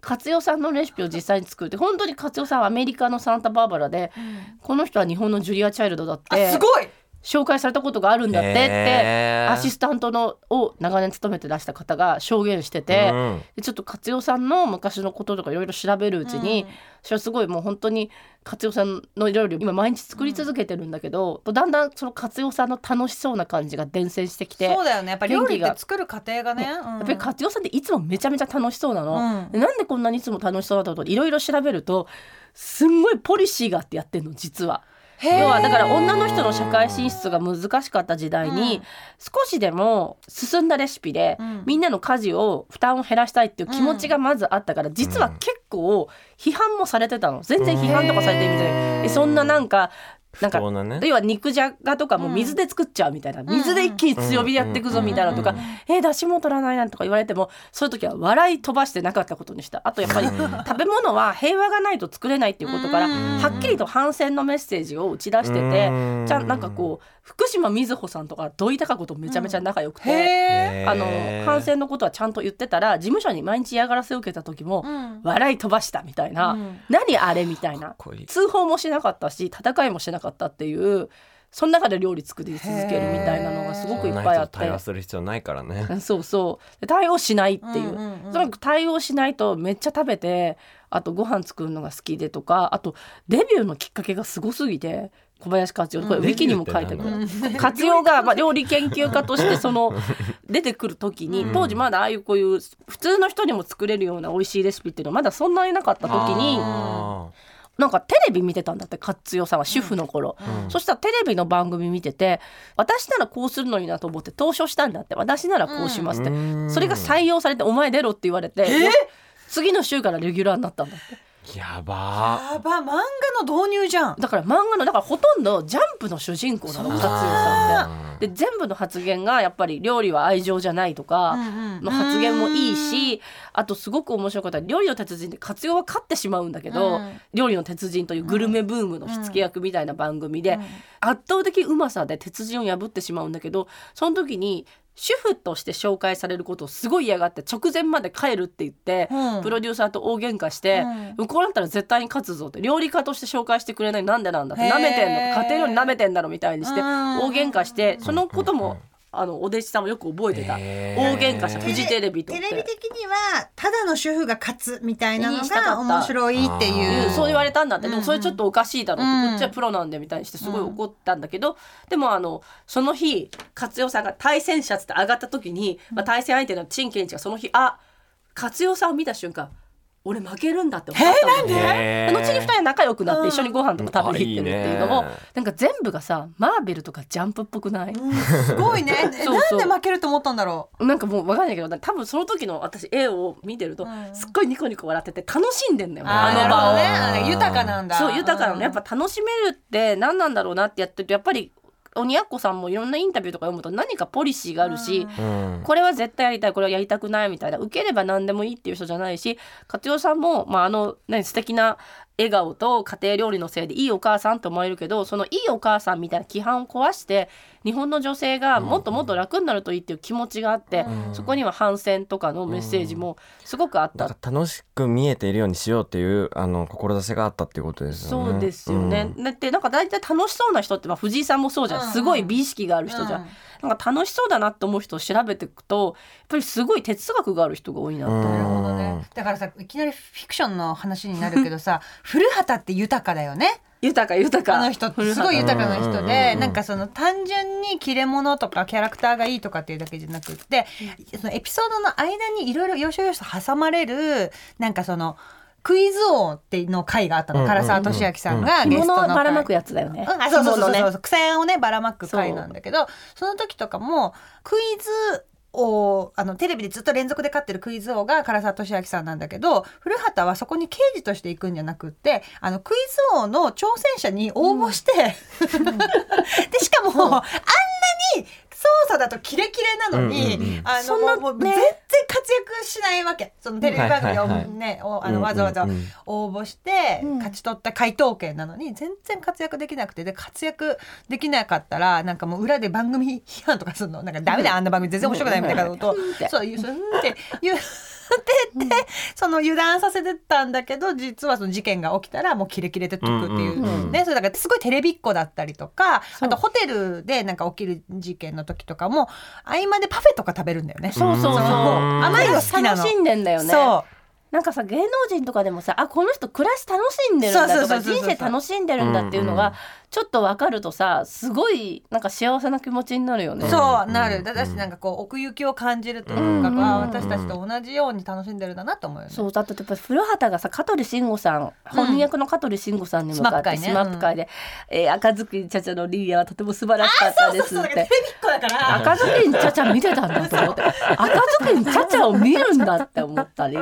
S1: 勝代さんのレシピを実際に作るって本当に勝代さんはアメリカのサンタバーバラで、この人は日本のジュリア・チャイルドだっ
S4: あ
S1: て
S4: すごい。
S1: 紹介されたことがあるんだってって、
S2: へー
S1: アシスタントのを長年務めてらした方が証言してて、
S2: うん
S1: でちょっと勝代さんの昔のこととかいろいろ調べるうちに、私はすごいもう本当に勝代さんのいろいろ今毎日作り続けてるんだけど、とだんだんその勝代さんの楽しそうな感じが伝染してきて
S4: そうだよね。やっぱ料理
S1: 元気
S4: っ
S1: が
S4: て作る過程がね。や
S1: やっぱり活用さんっていつもめちゃめちゃ楽しそうなの、
S4: うん
S1: でなんでこんなにいつも楽しそうなこといろいろ調べるとすんごいポリシーがあってやってんの実は。
S4: へー
S1: 要はだから女の人の社会進出が難しかった時代に、
S4: うん
S1: 少しでも進んだレシピで、
S4: うん
S1: みんなの家事を負担を減らしたいっていう気持ちがまずあったから、実は結構批判もされてたの全然批判とかされてるみたいなえそんななんかなんか
S2: 不当なね
S1: 要は肉じゃがとかも水で作っちゃうみたいな、水で一気に強火でやっていくぞみたいなとか、
S2: うん
S1: えー、出汁も取らないなんとか言われてもそういう時は笑い飛ばしてなかったことにしたあとやっぱり
S2: うん
S1: 食べ物は平和がないと作れないっていうことから、
S4: うん
S1: はっきりと反戦のメッセージを打ち出してて、
S2: うん
S1: じゃあなんかこう福島みずほさんとか土井孝子とめちゃめちゃ仲良くて、
S4: へえ。
S1: あの反戦のことはちゃんと言ってたら事務所に毎日嫌がらせを受けた時も、
S4: うん
S1: 笑い飛ばしたみたいな、
S4: うん
S1: 何あれみたいな
S2: こいい
S1: 通報もしなかったし戦いもしなかったっていうその中で料理作り続けるみたいなのがすごくいっぱいあっ
S2: そんな人と対
S1: て
S2: 話。する必要ないからね
S1: うんそうそうで対応しないっていう,、
S4: うんうんうん
S1: とにかく対応しないとめっちゃ食べてあとご飯作るのが好きでとかあとデビューのきっかけがすごすぎて小林克代これウィキにも書いてある
S2: デビ
S1: 活用が、まあ、料理研究家としてその出てくる時に当時まだああいうこういう普通の人にも作れるような美味しいレシピっていうのはまだそんなになかった時に
S2: あー
S1: なんかテレビ見てたんだって勝代さんは主婦の頃、そしたらテレビの番組見てて私ならこうするのになと思って投書したんだって私ならこうしますって、
S2: うん
S1: それが採用されて「お前出ろ」って言われて、次の週からレギュラーになったんだって
S2: やば
S4: やば漫画の導入じゃん。
S1: だから漫画のだからほとんど「ジャンプ」の主人公なの勝代さんって。で全部の発言がやっぱり料理は愛情じゃないとか。の発言もいいしあとすごく面白かった料理の鉄人で活用は勝ってしまうんだけど、
S4: うん
S1: 料理の鉄人というグルメブームの火付け役みたいな番組で、圧倒的うまさで鉄人を破ってしまうんだけどその時に主婦として紹介されることをすごい嫌がって直前まで帰るって言って、
S4: うん
S1: プロデューサーと大喧嘩して、向こうだったら絶対に勝つぞって料理家として紹介してくれないなんでなんだって
S4: へー
S1: なめてんの家庭料理なめてんだろみたいにして
S4: うん
S1: 大喧嘩してそのこともあのお弟子さんもよく覚えてた、
S2: へ
S1: 大
S2: ー
S1: 喧嘩したフジテレビとっ
S3: テ
S1: て
S3: レビ的にはただの主婦が勝つみたいなの
S1: にしたかった
S3: が面白いって
S1: う
S3: い
S1: ん
S3: う
S1: そう言われたんだって、で
S3: うんう
S1: も
S3: ん
S1: それちょっとおかしいだろうっ
S5: うん
S1: て、こっちはプロなんでみたいにしてすごい怒ったんだけど、でもあのその日勝代さんが対戦者っつって上がった時に、まあ、対戦相手の陳建一がその日あ勝代さんを見た瞬間俺負けるんだって思ったの
S2: えーなんでへー
S1: 後に二人は仲良くなって一緒にご飯とか食べに行ってるっていうのも、
S2: うんあいいね
S1: なんか全部がさマーベルとかジャンプっぽくない、
S3: うんすごいね
S1: そうそう
S3: なんで負けると思ったんだろ
S1: なんかもうわかんないけど多分その時の私絵を見てると、
S3: うん
S1: すっごいニコニコ笑ってて楽しんでんだよ
S3: う
S1: ねあ
S2: ー
S1: の
S2: なる
S1: 場
S2: ほ
S1: を
S2: どね。
S3: あれ豊かなんだ
S1: そう豊かなのやっ
S3: ぱ
S1: ぱ楽しめるって何なんだろうなってやってるとやっぱり鬼奴さんもいろんなインタビューとか読むと何かポリシーがあるし、
S2: うん
S1: これは絶対やりたいこれはやりたくないみたいな受ければ何でもいいっていう人じゃないし勝代さんも、まあ、あの、ね、素敵な笑顔と家庭料理のせいでいいお母さんと思えるけどそのいいお母さんみたいな規範を壊して日本の女性がもっともっと楽になるといいっていう気持ちがあって、
S2: ん
S1: そこには反戦とかのメッセージもすごくあった
S2: なんか楽しく見えているようにしようっていうあの志があったっていうことですよね。
S1: そうですよね。だってなんか大体楽しそうな人って、まあ、藤井さんもそうじゃん、
S3: うんうん
S1: すごい美意識がある人じゃん、なんか楽しそうだなって思う人を調べていくとやっぱりすごい哲学がある人が多いなと、
S2: うん
S3: なるほどねだからさいきなりフィクションの話になるけ
S1: [laughs]
S3: どさ古畑って豊かだよね
S1: 豊か豊か
S3: あの人ってすごい豊かな人
S2: うんうんうん
S3: で
S2: うん
S3: なんかその単純に切れ物とかキャラクターがいいとかっていうだけじゃなくってそのエピソードの間にいろいろ要所要所挟まれるなんかそのクイズ王っていうの回があった
S2: うん
S3: の
S2: うんうん
S3: 唐沢俊明さんが
S1: 着
S3: ゲス
S1: 物
S3: ト
S1: を
S3: の
S1: ばらま
S3: 回
S1: くやつだよね。
S3: うん、あそうそうそ
S1: 着物
S3: うそうそう、
S1: ね
S3: 草をねばらまく回なんだけどその時とかもクイズ王あのテレビでずっと連続で勝ってるクイズ王が唐沢俊明さんなんだけど古畑はそこに刑事として行くんじゃなくってあのクイズ王の挑戦者に応募して、 [laughs] でしかも、あんなに捜査だとキレキレなのに、
S2: うんうんうん
S3: あの
S1: そんな
S3: もうもう
S1: ね
S3: 全然活躍しないわけそのテレビ番組を、
S2: はいはいはい
S3: ねおあのわざわざ
S2: うんうんうん
S3: 応募して
S1: うん
S3: 勝ち取った回答権なのに全然活躍できなくてで活躍できなかったらなんかもう裏で番組批判とかするのなんかダメだよあんな番組全然面白くないみたいなことを
S1: うんって
S3: そういうそううんって言っててその油断させてたんだけど実はその事件が起きたらもうキレキレで解くってい
S2: う
S3: う
S2: んうんうん
S3: ねそれだからすごいテレビっ子だったりとか
S1: そう
S3: あとホテルでなんか起きる事件の時とかも合間でパフェとか食べるんだよね。
S1: そうそうそう。
S2: うん
S3: 甘いの好きなの
S1: 楽しんでんだよね。
S3: そう
S1: なんかさ芸能人とかでもさあこの人暮らし楽しんでるんだと
S3: そ
S1: か
S3: うそうそうそう
S1: 人
S3: そう
S1: 生楽しんでるんだっていうの
S2: うん
S1: がちょっと分かるとさすごいなんか幸せな気持ちになるよね。
S3: そう
S2: うん
S3: な
S2: うん
S3: るだだしなんかこう奥行きを感じるというか、
S1: うん
S3: あ私たちと同じように楽しんでるんだなと思うよね。
S1: そうだってやっぱ古畑がさ香取慎吾さん本役の香取慎吾さんに向かって
S3: ス
S1: ス
S3: マ
S1: マ
S3: ッ
S1: ッ
S3: プ
S1: プ
S3: 会
S1: 会で「えー赤ずきんちゃちゃのリーダーはとても素晴らしかったです」っ
S3: だから
S1: て
S3: テ。レビっ子だから
S1: 赤ずきんちゃちゃ見てたんだと思って赤ずきんちゃちゃを見るんだって思ったり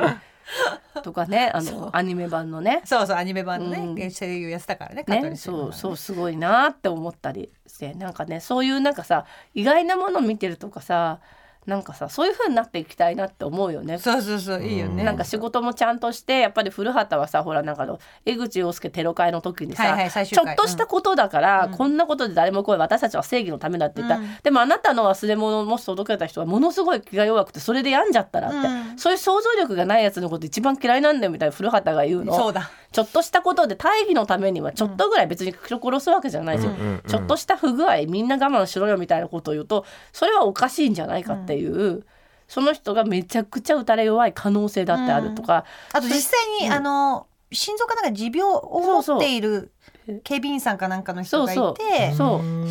S1: とかねあのアニメ版のね
S3: そうそうアニメ版のね、
S1: うん
S3: 声優やってたからね香
S1: ね
S3: 取慎
S1: そ
S3: 吾
S1: う
S3: さん
S1: そ
S3: ね
S1: うすごいなって思ったりしてなんかねそういうなんかさ意外なもの見てるとかさなんかさそういう風になっていきたいなって思うよね。
S3: そうそうそういいよね。
S1: なんか仕事もちゃんとしてやっぱり古畑はさほらなんかあの江口洋介テロ会の時にさ、
S3: はいはい最終
S1: ちょ
S3: 回
S1: っとしたことだから、こんなことで誰も来い私たちは正義のためだって言った、でもあなたの忘れ物をもし届けた人はものすごい気が弱くてそれで病んじゃったらって、
S3: うん
S1: そういう想像力がないやつのこと一番嫌いなんだよみたいな古畑が言うの
S3: そうだ
S1: ちょっとしたことで大義のためにはちょっとぐらい別に人殺すわけじゃないし、
S2: うんうんうん
S1: ちょっとした不具合みんな我慢しろよみたいなことを言うとそれはおかしいんじゃないかっていう、その人がめちゃくちゃ打たれ弱い可能性だってあるとか、
S3: あと実際に、あの心臓かなんか持病を持っている警備員さんかなんかの人がいて
S1: そうそう
S3: そう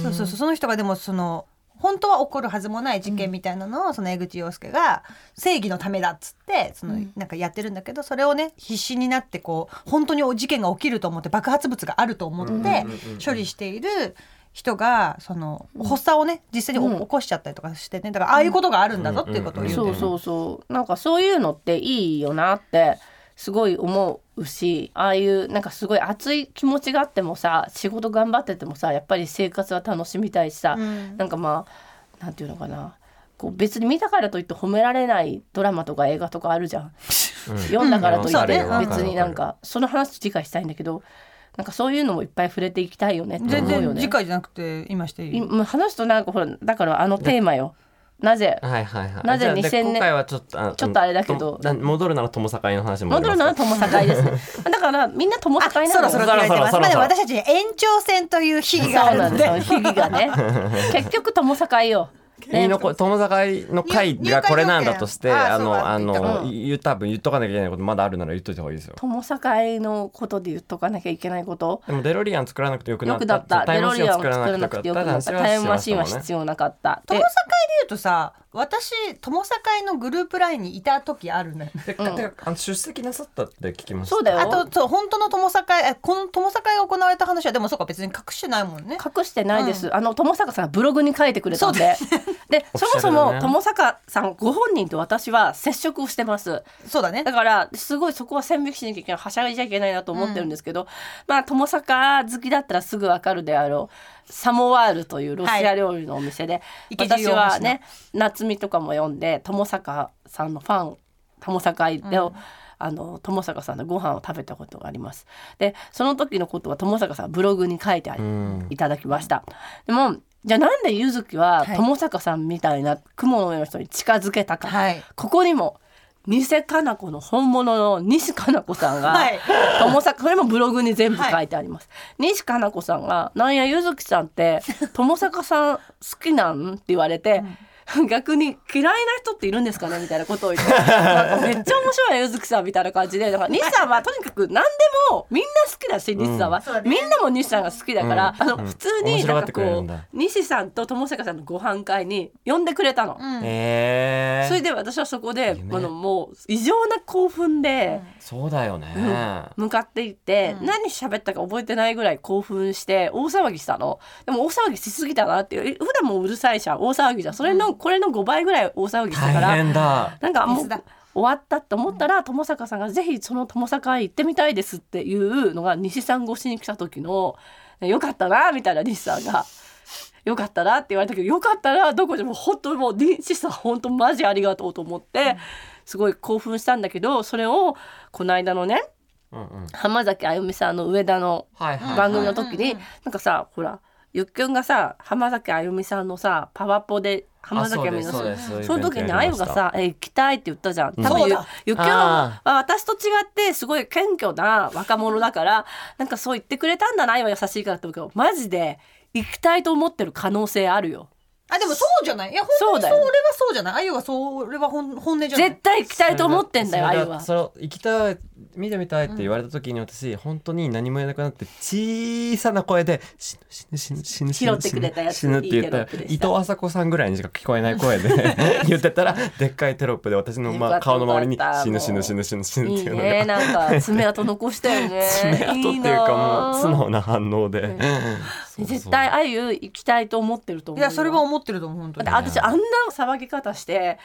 S3: そうそうその人がでもその本当は起こるはずもない事件みたいなのを、その江口洋介が正義のためだっつってそのなんかやってるんだけどそれをね必死になってこう本当に事件が起きると思って爆発物があると思って処理している人がその発作をね実際にお
S1: うん
S3: 起こしちゃったりとかしてねだからああいうことがあるんだぞっていうことを言う
S1: そ
S3: んだ
S1: う
S3: よね
S1: そうそうなんかそういうのっていいよなってすごい思うしああいうなんかすごい熱い気持ちがあってもさ仕事頑張っててもさやっぱり生活は楽しみたいしさ、
S3: うん
S1: なんかまあなんていうのかなこう別に見たからといって褒められないドラマとか映画とかあるじゃん、読んだからとい
S3: うんそ
S1: っ
S3: うね
S1: て
S3: うん
S1: 別になんかその話理解したいんだけどなんかそういうのもいっぱい触れていきたいよねって
S3: 全
S1: 思うよ
S3: 然次
S1: ね。
S3: 回じゃなくて今していい
S1: 今話すとなんかほらだからあのテーマよなぜ
S2: はいはいはい。
S1: なぜ
S2: じゃあで
S1: 2000年
S2: 今回はちょっとあの
S1: ちょっとあれだけど
S2: とな戻るなら友坂井の話もあり
S1: 戻
S2: ま
S1: る
S2: す
S1: のは友境ですね [laughs] だからみんな友境なの
S3: そろ
S1: よ
S3: そろ切られてます
S2: そろそろ
S3: まだ
S2: そろそろ
S3: 私たち延長戦という日
S1: そう
S3: があ
S1: な
S3: る
S1: ん
S3: ん
S1: です [laughs]
S3: で
S1: よ。日々がね。結局友境よ。
S2: 言い残友酒の会がこれなんだとして
S3: 入会条件
S2: あの
S3: あ
S2: あ
S3: ーそうだ
S2: の
S1: うん
S2: 言う多分言っとかなきゃいけないことまだあるなら言っといた方がいいですよ
S1: 友境のことで言っとかなきゃいけないこと
S2: でもデロリアン作らなくてよく
S1: よ
S2: なった
S1: くだった
S2: タ
S1: デ
S2: イムマ
S1: ロ
S2: シ
S1: リ
S2: ンを
S1: アンを
S2: 作ら
S1: 作
S2: な
S1: ら
S2: くてよ
S1: なくてよく
S2: くな
S1: な
S2: っ
S1: ったた
S2: 男子
S1: タイムマ
S2: は
S1: シンは必要なかった
S3: 友
S1: で
S3: 境で言うとさ私友境のグループラインにいた時あるのよ
S2: てかてかあの出席なさったって聞きました
S1: そうだよ
S3: あとそう本当の友境えこの友境が行われた話はでもそうか別に隠してないもんね
S1: 隠してないです、あの友坂さんがブログに書いてくれたんでで
S2: オフ
S1: そ
S2: ィシャ
S1: も
S2: ル
S1: そ
S2: だね
S1: も友坂さんご本人と私は接触をしてます
S3: そうだね
S1: だからすごいそこは線引きしなきゃいけないはしゃいじゃいけないなと思ってるんですけど、まあ友坂好きだったらすぐわかるであろうサモワールというロシア料理のお店で、
S3: 池
S1: 私
S3: 尻大橋の
S1: はね夏美とかも読んで友坂さんのファン友坂で、あの友坂さんのご飯を食べたことがありますでその時のことは友坂さんブログに書いてあり
S2: ん
S1: いただきましたでもじゃあなんで柚月は
S3: はい
S1: 友坂さんみたいな雲の上の人に近づけたか、
S3: はい
S1: ここにも偽かな子の本物の西かな子さんが、
S3: はい
S1: 友坂これもブログに全部書いてあります、西かな子さんが「なんや柚月さんっ
S3: [laughs]
S1: て友坂さん好きなん?」って言われて、逆に嫌いな人っているんですかねみたいなことを
S3: [laughs]
S1: 言ってなんかめっちゃ面白いよ柚月さんみたいな感じでだから西さんはとにかく何でもみんな好きだし西さんは、みんなも西さんが好きだから、
S2: うん
S1: あの
S2: うん
S1: 普通
S2: 面
S1: に
S2: 白
S1: な
S2: が
S1: ん
S2: って
S1: か
S2: くれるん
S1: こ
S2: だ
S1: う西さんと友坂さんのご飯会に呼んでくれたの。
S3: うん
S2: えー、
S1: それで私はそこで、
S2: 夢
S1: あのもう異常な興奮で
S2: そうだよね、
S1: 向かっていって、
S3: うん
S1: 何喋ったか覚えてないぐらい興奮して大騒ぎしたのでも大騒ぎしすぎたなっていうえ普段もうるさいじゃん大騒ぎじゃんそれの、これの5倍ぐらい大騒ぎしたから
S2: 大変だ
S1: なんかもう
S3: フェスだ
S1: 終わったと思ったら友坂さんがぜひその友坂へ行ってみたいですっていうのが西さん越しに来た時の「よかったな」みたいな西さんが「よかったな」って言われたけど「よかったな」どこでも本当にもう西さん本当マジありがとうと思ってすごい興奮したんだけどそれをこの間のね
S2: うんうん
S1: 浜崎あゆみさんの上田の
S2: はいはい、はい、
S1: 番組の時
S3: うんうんう
S1: に
S3: ん
S1: なんかさほらゆっくんがさ浜崎あゆみさんのさパワポで浜崎あゆみの
S2: あそうですそうです
S1: その時にあゆがさ「え行きたい」って言ったじゃん。多
S3: そ
S1: 分
S3: う
S1: ゆ
S3: だ
S1: ゆっきょう
S2: あ
S1: は私と違ってすごい謙虚な若者だからなんかそう言ってくれたんだなあゆは優しいからって思うけどマジで行きたいと思ってる可能性あるよ。
S3: あでもそうじゃないいや本当に
S1: そだよ
S3: そうれはそうじゃないあゆはそれは本本音じゃない
S1: 絶対行きたいと思ってんだよあ
S2: それ
S1: ゆ
S2: が
S1: は。
S2: それを行きたい見てみたいって言われた時に私、本当に何も言えなくなって小さな声で「死ぬ死ぬ死ぬ死ぬ死
S1: 拾っ
S2: ぬ
S1: て
S2: 死
S1: くれ
S2: ぬ
S1: たやつ
S2: 死ぬ」って言ったら
S1: いいテロップで
S2: 伊
S1: した
S2: 藤麻子さんぐらいにしか聞こえない声で言ってたらでっかいテロップで私の、
S1: よか
S2: ま
S1: っ
S2: あ、
S1: た
S2: 顔の周りに
S1: よかっ
S2: 「
S1: た
S2: 死ぬ死ぬ死ぬ死ぬ死ぬ」っ
S1: い
S2: て
S1: い
S2: いうの
S1: ね
S2: が。
S1: なんか爪痕残したよね
S2: [laughs] 爪痕っていうかもう素直な反応で、そうそう
S1: 絶対あゆ行きたいと思ってると思う
S3: い
S1: よ
S3: やそれは思ってると思う本当に
S1: だって私あんな騒ぎ方して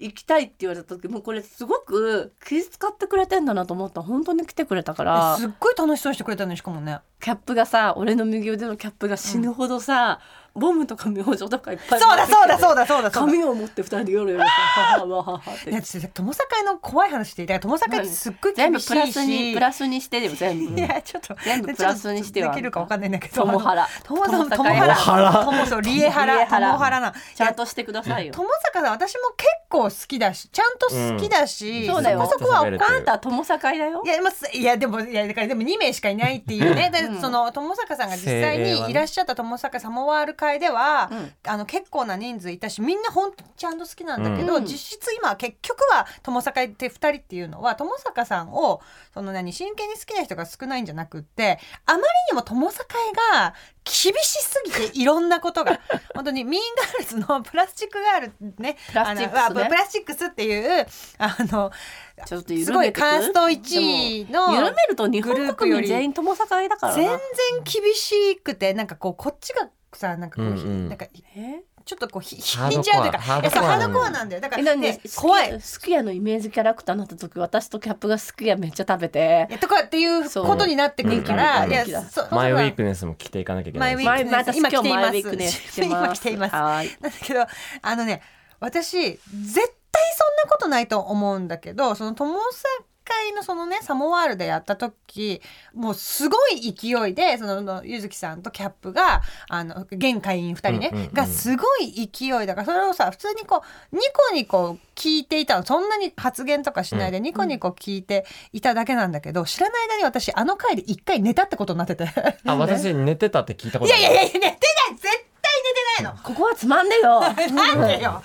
S1: 行きたいって言われた時もうこれすごく気遣ってくれてんだなと思った本当に来てくれたから
S3: すっごい楽しそうにしてくれたのにしかもね
S1: キャップがさ俺の右腕のキャップが死ぬほどさ、ボムとか明星とかいっぱい
S3: そうだそうだそううだそうだそうだ
S1: 紙を持って二人で夜々さはははははって
S3: いや私友境の怖い話していた友境ってすっごい
S1: 全
S3: 厳
S1: 部
S3: しいし
S1: プラスにプラスにしてでも全部
S3: いやちょっと
S1: 全部プラスにしては
S3: できるかわかんないんだけど
S1: 友原
S3: 友さん友
S1: 友
S3: 原
S2: 原
S3: 友そう利恵原
S1: 利恵原
S3: 友原な
S1: ちゃんとしてくださいよ
S3: 友坂さん私も結構好きだしちゃんと好きだし、
S1: そうだよ
S3: そこそこは
S2: 喋れて
S1: あんたは友境だよ
S3: いやまあすいやでもいやだからでも2名しかいないっていう
S1: [laughs]
S3: ね、で
S1: うん
S3: その友坂さんが実際
S2: 精鋭は
S3: に
S2: ね
S3: いらっしゃった友坂サモワール会では、
S1: うん
S3: あの結構な人数いたしみんな本当にちゃんと好きなんだけど、
S1: うん
S3: 実質今結局は友坂って2人っていうのは友坂さんをその何真剣に好きな人が少ないんじゃなくってあまりにも友坂が厳しすぎていろんなこ
S1: [laughs]
S3: とが本当にミーンガールズのプラスチックガールね
S1: プラスチックスね
S3: あのあプラスチックスっていうあの
S1: ちょっと緩めてく
S3: すごいカースト1位の
S1: でも緩めると日本国民全員友境だから
S3: 全然
S1: な
S3: 厳しくてなんかこうこっちがさなんかこう、
S2: うんうん
S3: なんか
S1: え
S3: ちょっとこうひひ
S2: ハー
S3: ん
S2: ド
S3: じゃうとい
S2: コ
S3: うか
S2: ア
S3: いやそうハ
S2: ハ
S3: ー
S2: ー
S3: ド
S2: ド
S3: コ
S2: コ
S3: ア
S2: ア
S3: な
S2: なん
S3: だよだか
S1: え
S3: ら
S1: なん
S3: で
S1: で好き
S3: 怖い。
S1: すき家のイメージキャラクターになった時私とキャップがすき家めっちゃ食べて
S3: いやとかっていうことになってくるから、
S2: そう
S3: いや
S1: 人気だ
S3: そ
S2: マイウィークネスも着ていかなきゃいけな
S3: マイ
S2: い
S3: ウィ
S2: し
S3: ー
S1: 前
S3: ク
S1: また今
S3: 今
S1: 日
S3: 着ています
S1: マイウィークね着てます
S3: 今着ています
S1: はーい
S3: なんだけどあのね私絶対そんなことないと思うんだけどその友坂会のそのねサモワールでやった時もうすごい勢いでそののゆずきさんとキャップがあの現会員2人ね、
S2: うんうんうん
S3: がすごい勢いだからそれをさ普通にこうニコニコ聞いていたのそんなに発言とかしないでニコニコ聞いていただけなんだけど、知らない間に私あの回で1回寝たってことになってて。
S2: あ私寝てたって聞いたこ
S3: い
S2: とあ
S3: や
S2: る
S3: いやいや寝てない絶対寝てないの
S1: ここはつまんでよ
S3: なんでよ。いや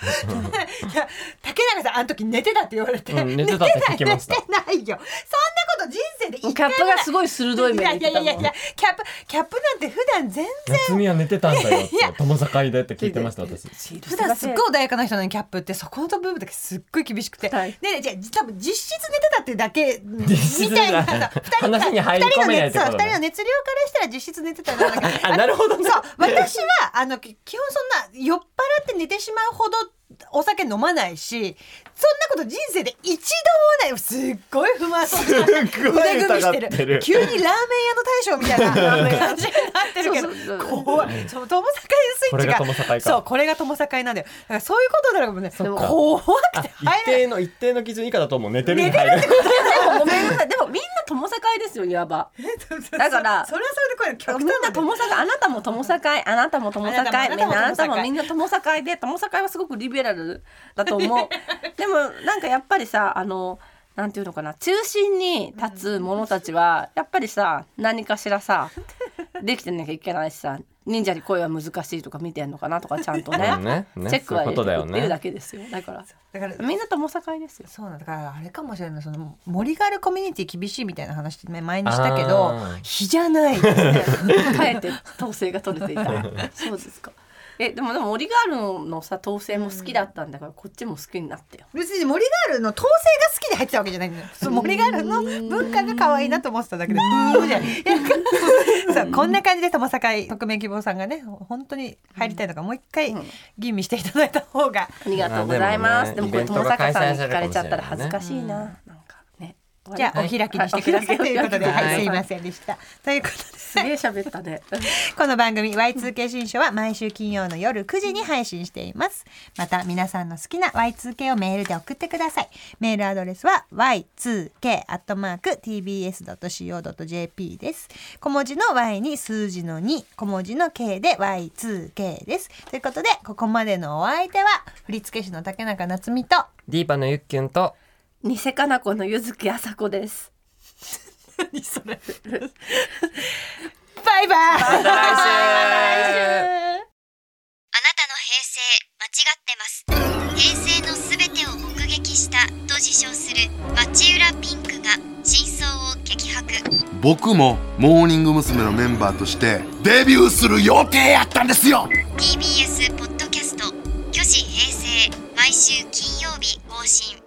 S3: 竹中さんあの時寝てたって言われて、
S2: うん寝てたって聞きました
S3: 寝てない寝てないよ。そんなこと人生で一
S1: キャ
S3: 回
S1: ッ
S3: も
S1: プ
S3: ない
S1: がすごい鋭い
S3: い
S1: 目
S3: や
S1: で
S3: い
S1: 言
S3: や
S1: っ
S3: い
S1: てたもん
S3: やいやいやキャップキャップなんて普段全然
S2: 夏美は寝てたんだよって友坂でって聞いてました私
S3: 普段すっごい穏やかな人なのにキャップってそこの部分だけすっごい厳しくて、
S1: はい
S3: ねえじゃあ多分実質寝てたっていうだけ
S2: 実質
S3: み
S2: じ
S3: たい
S2: ゃ
S3: な
S2: ない
S3: そう
S2: 話に入り込めないって
S3: 二人
S2: こと
S3: の熱そ
S2: ね
S3: う二人の熱量からしたら実質寝てたようなんだけど
S2: [laughs] あなるほどね
S3: [laughs] そう私はあのき基本そんな酔っ払って寝てしまうほどお酒飲まないしそんなこと人生で一度もないすっごい不満そうな
S2: すっごい
S3: 腕組みして
S2: 疑
S3: る
S2: ってる
S3: 急にラーメン屋の大将みたいな感じになってるけど
S1: そうそうそう
S3: 怖いそう友坂スイッチが
S2: これが友境か
S3: そうこれが友境なんだよだからそういうことだからもうね
S1: っか
S3: 怖くて
S2: 一
S3: 入れない
S2: 定の一定の基準以下だともう寝てるに入る
S1: [laughs] でもごめんなさいでもみんな友境ですよいわばだから
S3: それはそれでこれ
S1: み
S3: 極
S1: ん
S3: 端
S1: な
S3: なと
S1: 友境あなたも友境あなたも友境みんな
S3: あなたもあなたも
S1: あなたも
S3: 友境
S1: みんな友境で友境はすごくリベラルだと思 [laughs] うでもなんかやっぱりさあのなんていうのかな中心に立つ者たちはやっぱりさ何かしらさできてなきゃいけないしさ忍者に恋は難しいとか見てんのかなとかちゃんとね
S2: うんねね
S1: チェックは
S2: そういう
S1: 入れ
S2: ことだ
S1: て
S2: よ
S1: る
S2: ね
S1: っていうだけですよだから
S3: だから
S1: みんな友境ですよ
S3: そうなんだだからあれかもしれないその森があるコミュニティ厳しいみたいな話って前にしたけど
S2: あー
S3: 日じゃな
S1: [laughs]
S3: いって
S1: かえって統制が取れていた [laughs] そうですかえでもでもオリガールのさ統制も好きだったんだから、こっちも好きになってよ
S3: 別に森ガールの統制が好きで入ってたわけじゃないんだよ。そう森ガールの文化が可愛いなと思ってただけで、ブーじゃない。いや [laughs] そうこんな感じで友坂特命希望さんがね、本当に入りたいのかもう一回吟味していただいた方が。
S1: ありがとうございます、で
S2: まあでも
S1: も
S2: ね
S1: これ友坂さんに聞かれちゃったら
S2: イベ
S1: 恥
S2: ン
S1: ず
S2: トが
S1: かしいな、なんかね
S3: じゃあお
S1: はい
S3: 開きにしてくださいということで、
S1: は
S3: はい、すい
S1: は
S3: ませんでした。ということです
S1: げえ喋ったね [laughs]
S3: この番組 Y2K 新書は毎週金曜の夜9時に配信しています。また皆さんの好きな Y2K をメールで送ってください。メールアドレスは y2k.tbs.co.jp です。小文字の y に数字の2、小文字の k で Y2K です。ということで、ここまでのお相手は振付師の竹中夏実と、
S2: ディーパのゆっきゅんと
S1: 偽かな子のゆずきあさこです
S3: バイバイ
S2: 来
S6: あな
S2: 週
S6: たの平成間違ってます平成のすべてを目撃したと自称する町浦ピンクが真相を激白
S7: 僕もモーニング娘。のメンバーとしてデビューする予定やったんですよ
S6: TBS ポッドキャスト「巨子平成」毎週金曜日更新